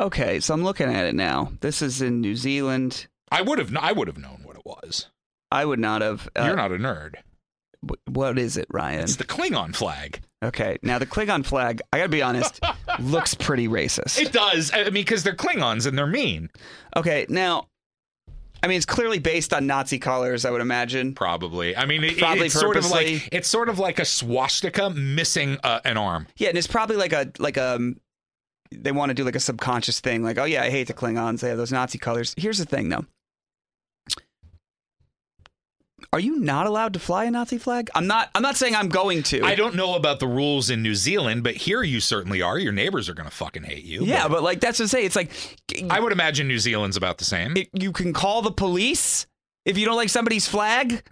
Speaker 3: Okay, so I'm looking at it now. This is in New Zealand.
Speaker 4: I would have. kn- I would have known what it was.
Speaker 3: I would not have. Uh,
Speaker 4: You're not a nerd.
Speaker 3: w- what is it, Ryan?
Speaker 4: It's the Klingon flag.
Speaker 3: Okay, now the Klingon flag. I gotta be honest, looks pretty racist.
Speaker 4: It does. I I mean, because they're Klingons and they're mean.
Speaker 3: Okay, now, I mean, it's clearly based on Nazi colors, I would imagine.
Speaker 4: Probably. I mean, it,
Speaker 3: Probably
Speaker 4: it's sort of
Speaker 3: purposely.
Speaker 4: like it's sort of like a swastika missing uh, an arm.
Speaker 3: Yeah, and it's probably like a like um, they want to do like a subconscious thing, like, oh yeah, I hate the Klingons, they have those Nazi colors. Here's the thing, though. Are you not allowed to fly a Nazi flag? I'm not. I'm not saying I'm going to.
Speaker 4: I don't know about the rules in New Zealand, but here you certainly are. Your neighbors are going to fucking hate you.
Speaker 3: Yeah, but like that's what I say. It's like
Speaker 4: I would imagine New Zealand's about the same.
Speaker 3: it, you can call the police if you don't like somebody's flag.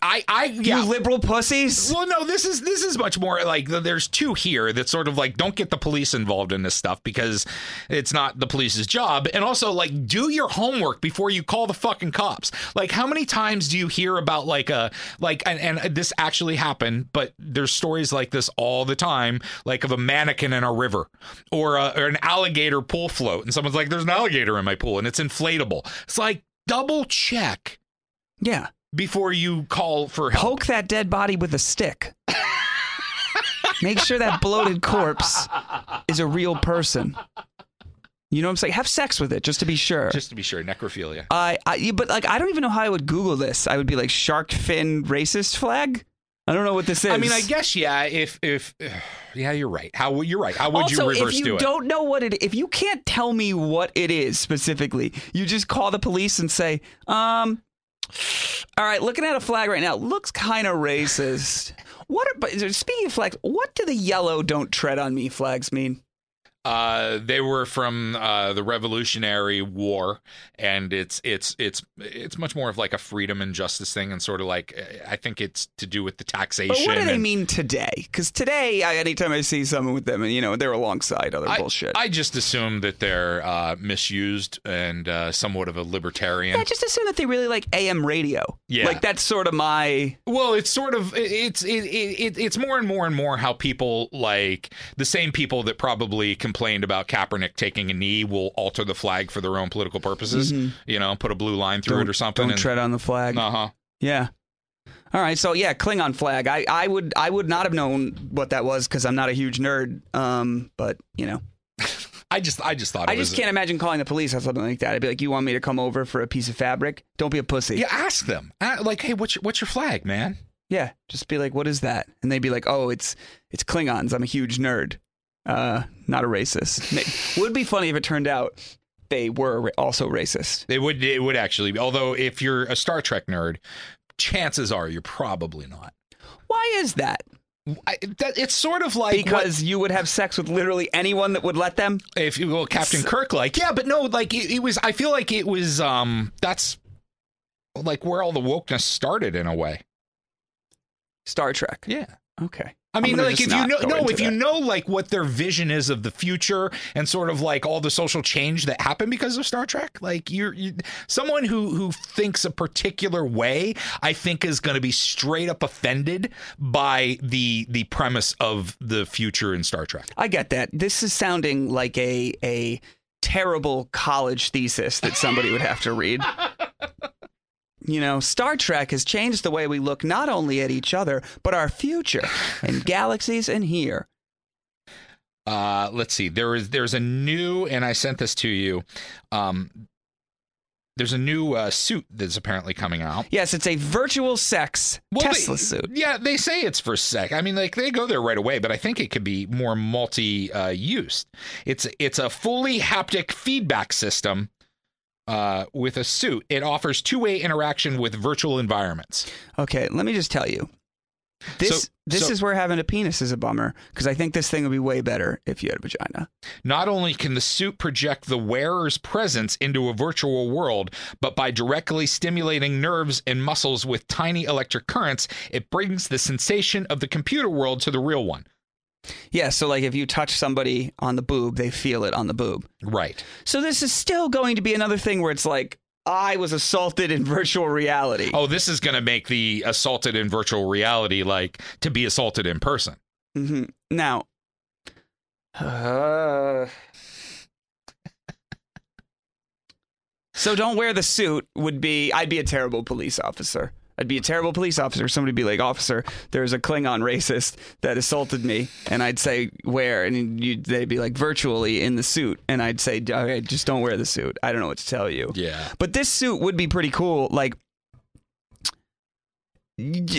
Speaker 4: I, I, yeah.
Speaker 3: You liberal pussies.
Speaker 4: Well, no, this is this is much more like th- there's two here that sort of like don't get the police involved in this stuff because it's not the police's job, and also like do your homework before you call the fucking cops. Like, how many times do you hear about like a like and, and this actually happened, but there's stories like this all the time, like of a mannequin in a river or a, or an alligator pool float, and someone's like, "There's an alligator in my pool and it's inflatable." It's like double check
Speaker 3: Yeah,
Speaker 4: before you call for help.
Speaker 3: poke that dead body with a stick. Make sure that bloated corpse is a real person. You know what I'm saying? Have sex with it just to be sure.
Speaker 4: Just to be sure, necrophilia.
Speaker 3: I, I, but like, I don't even know how I would Google this. I would be like shark fin racist flag. I don't know what this is.
Speaker 4: I mean, I guess yeah. If if yeah, you're right. How would you're right? How would
Speaker 3: also,
Speaker 4: you reverse
Speaker 3: if you
Speaker 4: do it?
Speaker 3: don't know what it, if you can't tell me what it is specifically, you just call the police and say, um, all right, looking at a flag right now, looks kind of racist. What? Are, but speaking of flags, what do the yellow "Don't Tread on Me" flags mean?
Speaker 4: Uh, they were from uh, the Revolutionary War, and it's it's it's it's much more of like a freedom and justice thing, and sort of like I think it's to do with the taxation.
Speaker 3: But what do they
Speaker 4: and-
Speaker 3: mean today? Because today, I, anytime I see someone with them, and you know, they're alongside other
Speaker 4: I,
Speaker 3: bullshit. I,
Speaker 4: I just assume that they're uh, misused and uh, somewhat of a libertarian.
Speaker 3: just assume that they really like AM radio.
Speaker 4: Yeah.
Speaker 3: like that's sort of my.
Speaker 4: Well, it's sort of it's it, it, it, it's more and more and more how people like the same people that probably complained about Kaepernick taking a knee will alter the flag for their own political purposes. You know, put a blue line through it or something.
Speaker 3: Don't tread on the flag.
Speaker 4: Uh huh.
Speaker 3: Yeah. All right, so yeah, Klingon flag. I, I would I would not have known what that was because I'm not a huge nerd. Um, but you know,
Speaker 4: I just I just thought it
Speaker 3: I
Speaker 4: was
Speaker 3: just can't imagine calling the police on something like that. I'd be like, "You want me to come over for a piece of fabric? Don't be a pussy."
Speaker 4: You ask them Uh, like, hey, what's your what's your flag, man?
Speaker 3: Yeah, just be like, "What is that?" And they'd be like, "Oh, it's it's Klingons. I'm a huge nerd. Uh, not a racist." Ma- Would be funny if it turned out they were ra- also racist.
Speaker 4: It would it would actually be. Although if you're a Star Trek nerd, chances are you're probably not.
Speaker 3: Why is that?
Speaker 4: I, that, it's sort of like what-
Speaker 3: Because you would have sex with literally anyone that would let them.
Speaker 4: if you well Captain Kirk like yeah but no like it, it was I feel like it was um that's like where all the wokeness started in a way
Speaker 3: Star Trek.
Speaker 4: yeah
Speaker 3: Okay.
Speaker 4: I
Speaker 3: I'm
Speaker 4: mean
Speaker 3: gonna
Speaker 4: like
Speaker 3: just
Speaker 4: if you
Speaker 3: not
Speaker 4: know
Speaker 3: go
Speaker 4: no
Speaker 3: into
Speaker 4: if you
Speaker 3: that.
Speaker 4: know like what their vision is of the future and sort of like all the social change that happened because of Star Trek like you're you, someone who who thinks a particular way I think is going to be straight up offended by the the premise of the future in Star Trek
Speaker 3: I get that. This is sounding like a a terrible college thesis that somebody would have to read. You know, Star Trek has changed the way we look not only at each other, but our future and galaxies and here.
Speaker 4: Uh, let's see. There is there's a new, and I sent this to you. Um, there's a new uh, suit that's apparently coming out.
Speaker 3: Yes, it's a virtual sex
Speaker 4: they-
Speaker 3: Tesla suit.
Speaker 4: Yeah, they say it's for sec. I mean, like they go there right away, but I think it could be more multi uh, used. It's it's a fully haptic feedback system. Uh, with a suit, it offers two-way interaction with virtual environments.
Speaker 3: Okay, let me just tell you. This
Speaker 4: So-
Speaker 3: this
Speaker 4: so-
Speaker 3: is where having a penis is a bummer because I think this thing would be way better if you had a vagina.
Speaker 4: Not only can the suit project the wearer's presence into a virtual world, but by directly stimulating nerves and muscles with tiny electric currents, it brings the sensation of the computer world to the real one.
Speaker 3: Yeah, so like if you touch somebody on the boob, they feel it on the boob.
Speaker 4: Right.
Speaker 3: So this is still going to be another thing where it's like I was assaulted in virtual reality.
Speaker 4: Oh, this is going to make the assaulted in virtual reality like to be assaulted in person.
Speaker 3: hmm Now, uh, so don't wear the suit would be I'd be a terrible police officer. I'd be a terrible police officer. Somebody would be like, "Officer, there's a Klingon racist that assaulted me," and I'd say, "Where?" And you'd, they'd be like, "Virtually in the suit," and I'd say, "Okay, just don't wear the suit. I don't know what to tell you."
Speaker 4: Yeah.
Speaker 3: But this suit would be pretty cool. Like,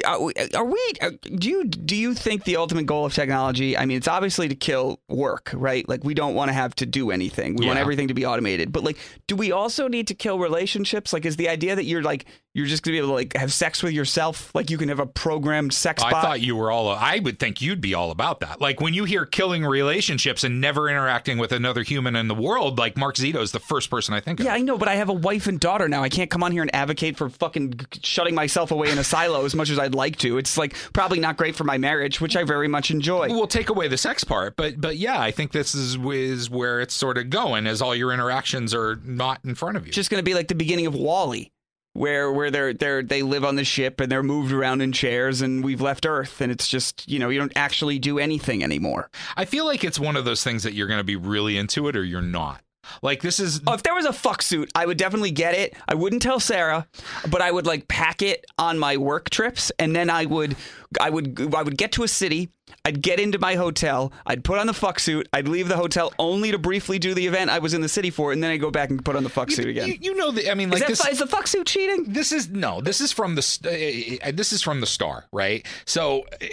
Speaker 3: are we? Are we uh, do you do you think the ultimate goal of technology? I mean, it's obviously to kill work, right? Like, we don't want to have to do anything. We want
Speaker 4: Yeah.
Speaker 3: everything to be automated. But like, do we also need to kill relationships? Like, is the idea that you're like you're just gonna be able to like have sex with yourself? Like, you can have a programmed sex
Speaker 4: I
Speaker 3: bot.
Speaker 4: thought you were all. I would think you'd be all about that. Like when you hear killing relationships and never interacting with another human in the world, like Mark Zito is the first person I think of.
Speaker 3: yeah, I know, but I have a wife and daughter now. I can't come on here and advocate for fucking shutting myself away in a silo as much as I'd like to. It's like probably not great for my marriage, which I very much enjoy.
Speaker 4: We'll take away the sex part, but but yeah, I think this is is where it's sort of going, as all your interactions are not in front of you.
Speaker 3: just going to be like the beginning of Wally, where where they're they're they live on the ship and they're moved around in chairs, and we've left Earth, and it's just you know you don't actually do anything anymore.
Speaker 4: I feel like it's one of those things that you're going to be really into it or you're not. Like this is
Speaker 3: Oh, if there was a fuck suit, I would definitely get it. I wouldn't tell Sarah, but I would like pack it on my work trips, and then I would I would I would get to a city. I'd get into my hotel. I'd put on the fuck suit. I'd leave the hotel only to briefly do the event I was in the city for, and then I'd go back and put on the fuck suit again.
Speaker 4: you, you know that I mean like
Speaker 3: is, that,
Speaker 4: this
Speaker 3: fu- is the fuck suit cheating?
Speaker 4: this is no this is from the st- uh, this is from the star right so uh,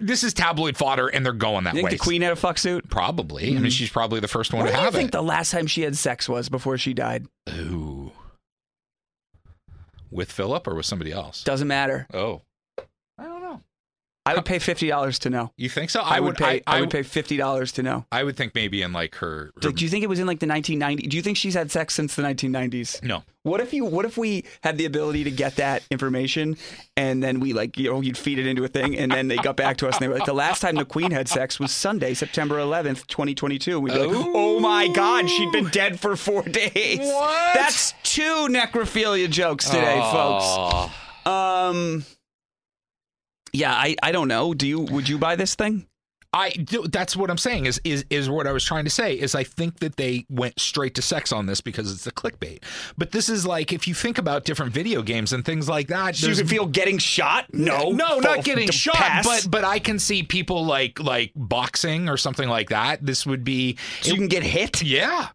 Speaker 4: this is tabloid fodder and they're going that
Speaker 3: You think
Speaker 4: way
Speaker 3: the queen had a fuck suit?
Speaker 4: probably I mean she's probably the first one
Speaker 3: What
Speaker 4: to
Speaker 3: do you
Speaker 4: have
Speaker 3: think
Speaker 4: it
Speaker 3: the last time she had sex was before she died?
Speaker 4: Ooh. with Philip or with somebody else
Speaker 3: Doesn't matter.
Speaker 4: oh I don't know
Speaker 3: I would pay fifty dollars to know.
Speaker 4: You think so?
Speaker 3: I, would pay. I, would pay
Speaker 4: w-
Speaker 3: fifty dollars to know.
Speaker 4: I would think maybe in like her. her-
Speaker 3: Like, do you think it was in like the 1990s? Do you think she's had sex since the 1990s?
Speaker 4: no.
Speaker 3: What if you? What if we had the ability to get that information, and then we like you know you'd feed it into a thing, and then they got back to us and they were like, the last time the Queen had sex was Sunday, September 11th, 2022. We'd be like, oh my God, she'd been dead for four days.
Speaker 4: What?
Speaker 3: That's two necrophilia jokes today, folks.
Speaker 4: Aw.
Speaker 3: Um, yeah, I I don't know. Do you? Would you buy this thing?
Speaker 4: I do, that's what I'm saying is is is what I was trying to say is I think that they went straight to sex on this because it's the clickbait. But this is like if you think about different video games and things like that.
Speaker 3: Do you
Speaker 4: there's-
Speaker 3: feel getting shot? No,
Speaker 4: no,
Speaker 3: Full-
Speaker 4: not getting
Speaker 3: to
Speaker 4: shot,
Speaker 3: pass.
Speaker 4: but but I can see people like like boxing or something like that. This would be
Speaker 3: so you can get hit.
Speaker 4: yeah.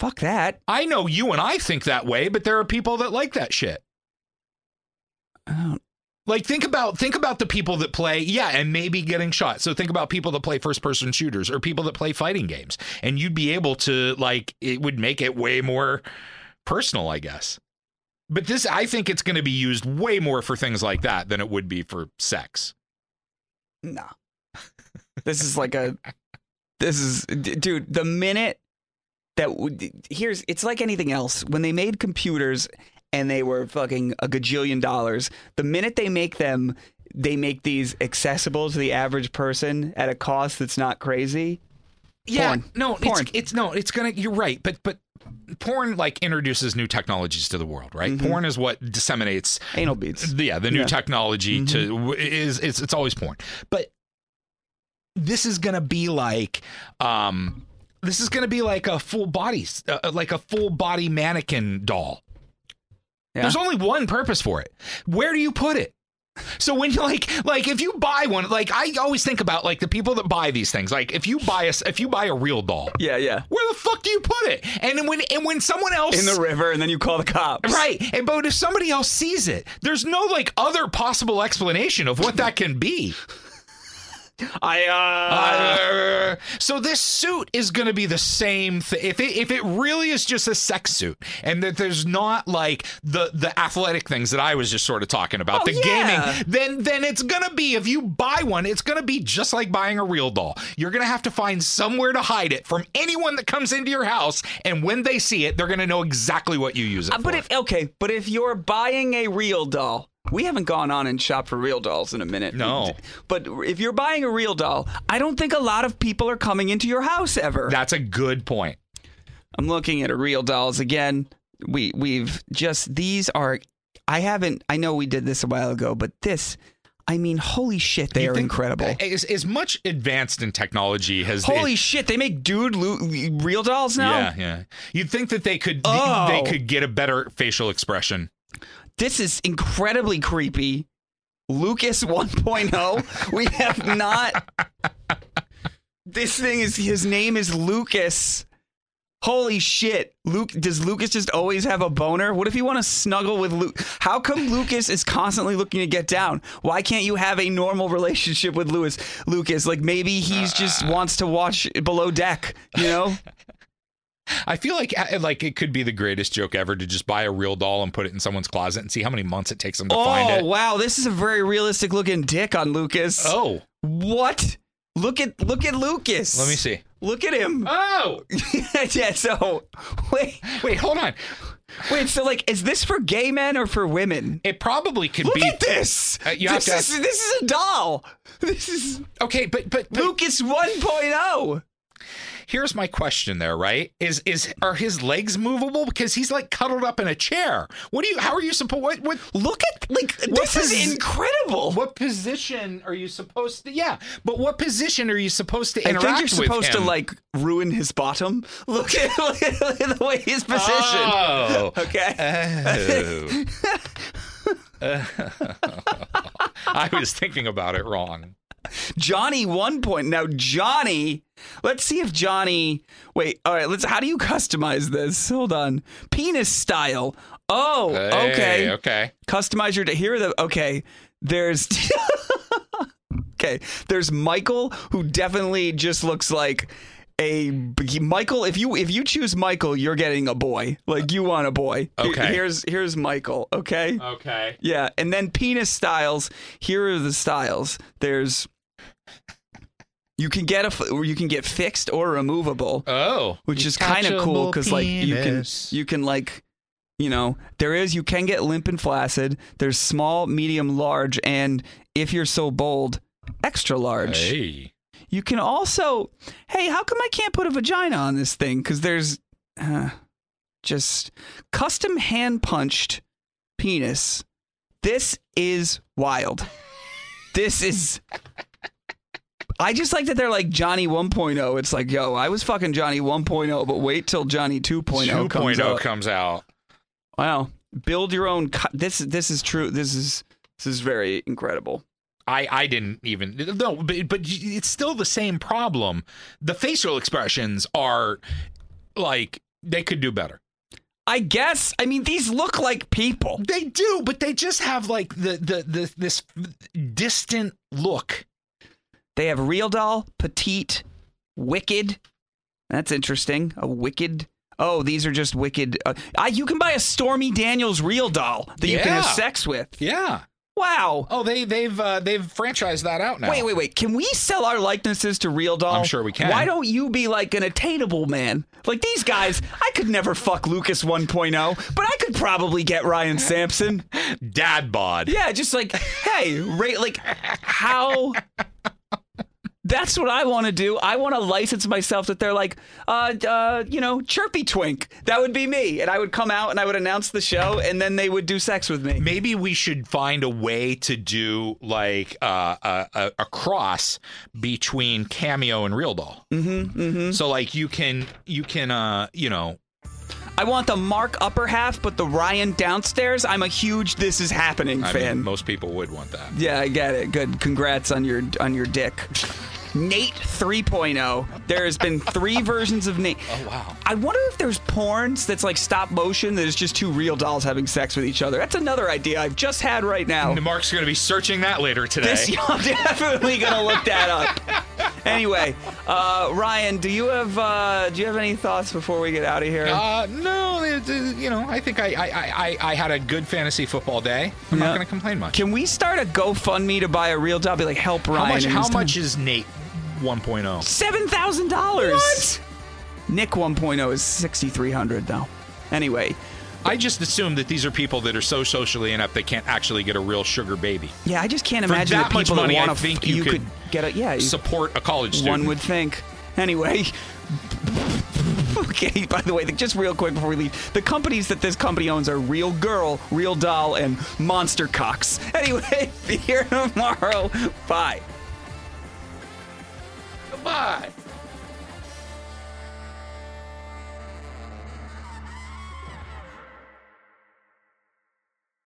Speaker 3: Fuck that.
Speaker 4: I know you and I think that way, but there are people that like that shit. Um,
Speaker 3: Oh,
Speaker 4: Like think about think about the people that play yeah and maybe getting shot. So think about people that play first person shooters or people that play fighting games and you'd be able to like it would make it way more personal, I guess. But this I think it's going to be used way more for things like that than it would be for sex.
Speaker 3: no. This is like a. This is, d- dude. The minute that w- here's, it's like anything else. When they made computers and they were fucking a gajillion dollars, the minute they make them, they make these accessible to the average person at a cost that's not crazy.
Speaker 4: Yeah,
Speaker 3: Porn.
Speaker 4: no,
Speaker 3: Porn.
Speaker 4: It's, it's no, it's gonna. You're right, but but porn like introduces new technologies to the world, right?
Speaker 3: Mm-hmm.
Speaker 4: Porn is what disseminates,
Speaker 3: Anal beads.
Speaker 4: yeah, the new
Speaker 3: Yeah. Mm-hmm.
Speaker 4: technology to is it's it's always porn, but this is gonna be like, um, this is gonna be like a full body, uh, like a full body mannequin doll.
Speaker 3: Yeah.
Speaker 4: There's only one purpose for it. Where do you put it? So when you like like if you buy one like I always think about like the people that buy these things like if you buy a s- if you buy a real doll
Speaker 3: Yeah, yeah.
Speaker 4: where the fuck do you put it? And then when and when someone else
Speaker 3: In the river, and then you call the cops.
Speaker 4: right, and but if somebody else sees it, there's no like other possible explanation of what that can be.
Speaker 3: I uh,
Speaker 4: Uh, so this suit is going to be the same thing. If it if it really is just a sex suit, and that there's not like the the athletic things that I was just sort of talking about,
Speaker 3: Oh,
Speaker 4: the
Speaker 3: yeah.
Speaker 4: gaming, then then it's going to be if you buy one, it's going to be just like buying a real doll. You're going to have to find somewhere to hide it from anyone that comes into your house, and when they see it, they're going to know exactly what you use it
Speaker 3: Uh, But
Speaker 4: for.
Speaker 3: if okay, but if you're buying a real doll, we haven't gone on and shopped for real dolls in a minute.
Speaker 4: No.
Speaker 3: But if you're buying a real doll, I don't think a lot of people are coming into your house ever.
Speaker 4: That's a good point.
Speaker 3: I'm looking at a real dolls again. We we've just these are I haven't I know we did this a while ago, but this I mean, holy shit, they
Speaker 4: You
Speaker 3: are
Speaker 4: think-
Speaker 3: incredible.
Speaker 4: As, as much advanced in technology as
Speaker 3: Holy shit, they make dude lo- real dolls now?
Speaker 4: Yeah, yeah. You'd think that they could
Speaker 3: Oh.
Speaker 4: they could get a better facial expression.
Speaker 3: this is incredibly creepy. Lucas 1.0. We have not. This thing is his name is Lucas. Holy shit. Luke does Lucas just always have a boner? What if you want to snuggle with Luke? How come Lucas is constantly looking to get down? Why can't you have a normal relationship with Lewis Lucas? Like maybe
Speaker 4: Uh,
Speaker 3: he's just wants to watch below deck, you know?
Speaker 4: I feel like like it could be the greatest joke ever to just buy a real doll and put it in someone's closet and see how many months it takes them to find
Speaker 3: oh
Speaker 4: it.
Speaker 3: wow, this is a very realistic looking dick on Lucas.
Speaker 4: Oh,
Speaker 3: What? Look at look at Lucas.
Speaker 4: let me see.
Speaker 3: Look at him.
Speaker 4: Oh,
Speaker 3: yeah. So wait,
Speaker 4: wait, hold on.
Speaker 3: wait. So like, is this for gay men or for women?
Speaker 4: It probably could
Speaker 3: Look
Speaker 4: be
Speaker 3: at this.
Speaker 4: Uh, you have
Speaker 3: this
Speaker 4: to
Speaker 3: is this is a doll. This is
Speaker 4: okay, but but, but
Speaker 3: Lucas oh. 1.0.
Speaker 4: here's my question there, right? Is is are his legs movable because he's like cuddled up in a chair? What do you? How are you supposed? What, what
Speaker 3: Look at like this
Speaker 4: What
Speaker 3: is
Speaker 4: is-
Speaker 3: incredible.
Speaker 4: what position are you supposed to? Yeah, but what position are you supposed to
Speaker 3: I
Speaker 4: interact
Speaker 3: think you're supposed
Speaker 4: with
Speaker 3: to
Speaker 4: him?
Speaker 3: like ruin his bottom. Look at, look at the way his position.
Speaker 4: Oh.
Speaker 3: Okay.
Speaker 4: Oh. I was thinking about it wrong.
Speaker 3: Johnny one point. Now Johnny, let's see if Johnny. Wait, all right. Let's. How do you customize this? Hold on. Penis style. Oh,
Speaker 4: Hey,
Speaker 3: okay.
Speaker 4: Okay.
Speaker 3: Customize your. Here are the. Okay. There's. okay. There's Michael, who definitely just looks like a Michael. If you if you choose Michael, you're getting a boy. Like you want a boy. Here-
Speaker 4: Okay.
Speaker 3: Here's here's Michael. Okay.
Speaker 4: Okay.
Speaker 3: Yeah, and then penis styles. Here are the styles. There's you can get a f- or you can get fixed or removable,
Speaker 4: Oh.
Speaker 3: which is kind of cool because like you can you can like you know there is you can get limp and flaccid. There's small, medium, large, and if you're so bold, extra large.
Speaker 4: Hey.
Speaker 3: You can also hey, how come I can't put a vagina on this thing? Because there's uh, just custom hand punched penis. This is wild. This is. I just like that they're like Johnny 1.0. It's like, yo, I was fucking Johnny 1.0, but wait till Johnny 2.0
Speaker 4: 2.0
Speaker 3: comes
Speaker 4: comes,
Speaker 3: out.
Speaker 4: out.
Speaker 3: wow, build your own. Cu- this this is true. This is this is very incredible.
Speaker 4: I, I didn't even no, but, but it's still the same problem. The facial expressions are like they could do better.
Speaker 3: I guess. I mean, these look like people.
Speaker 4: They do, but they just have like the the, the this distant look.
Speaker 3: They have real doll, petite, wicked. That's interesting. A wicked. Oh, these are just wicked. Uh, I, you can buy a Stormy Daniels real doll that you can have
Speaker 4: Yeah.
Speaker 3: sex with.
Speaker 4: Yeah.
Speaker 3: Wow.
Speaker 4: Oh, they they've uh, they've franchised that out now.
Speaker 3: Wait, wait, wait. Can we sell our likenesses to real doll?
Speaker 4: I'm sure we can.
Speaker 3: Why don't you be like an attainable man? Like these guys, I could never fuck Lucas 1.0, but I could probably get Ryan Sampson.
Speaker 4: dad bod.
Speaker 3: Yeah, just like, hey, rate like how that's what I want to do. I want to license myself that they're like, uh, uh, you know, chirpy twink. That would be me, and I would come out and I would announce the show, and then they would do sex with me.
Speaker 4: Maybe we should find a way to do like uh, a, a a cross between cameo and real doll. Mm-hmm, So like you can you can uh you know
Speaker 3: I want the Mark upper half, but the Ryan downstairs. I'm a huge This Is Happening
Speaker 4: I
Speaker 3: fan.
Speaker 4: mean, most people would want that.
Speaker 3: Yeah, I get it. Good. Congrats on your on your dick. Nate 3.0. There has been three versions of Nate.
Speaker 4: Oh, wow.
Speaker 3: I wonder if there's porns that's like stop motion that is just two real dolls having sex with each other. That's another idea I've just had right now.
Speaker 4: Mark's gonna be searching that later today.
Speaker 3: This y'all definitely gonna look that up. Anyway, uh, Ryan, do you have uh, do you have any thoughts before we get out of here?
Speaker 4: Uh, no, it- it- you know, I think I I, I, I- I had a good fantasy football day. I'm
Speaker 3: Yeah.
Speaker 4: not going to complain much.
Speaker 3: Can we start a GoFundMe to buy a real doll? Be like, help Ryan.
Speaker 4: how much?
Speaker 3: in
Speaker 4: How
Speaker 3: his time.
Speaker 4: much is Nate oh? 1.0?
Speaker 3: Seven thousand dollars. What? Nick 1.0 is sixty three hundred though. Anyway,
Speaker 4: I just assume that these are people that are so socially inept they can't actually get a real sugar baby.
Speaker 3: yeah, I just can't
Speaker 4: For
Speaker 3: imagine
Speaker 4: that
Speaker 3: the
Speaker 4: much
Speaker 3: people
Speaker 4: money, I
Speaker 3: that want to
Speaker 4: think you
Speaker 3: could,
Speaker 4: could
Speaker 3: get a yeah. you-
Speaker 4: Support a college student.
Speaker 3: one would think. Anyway. Okay, by the way, just real quick before we leave, the companies that this company owns are Real Girl, Real Doll, and Monster Cox. Anyway, be here tomorrow. Bye.
Speaker 4: Goodbye.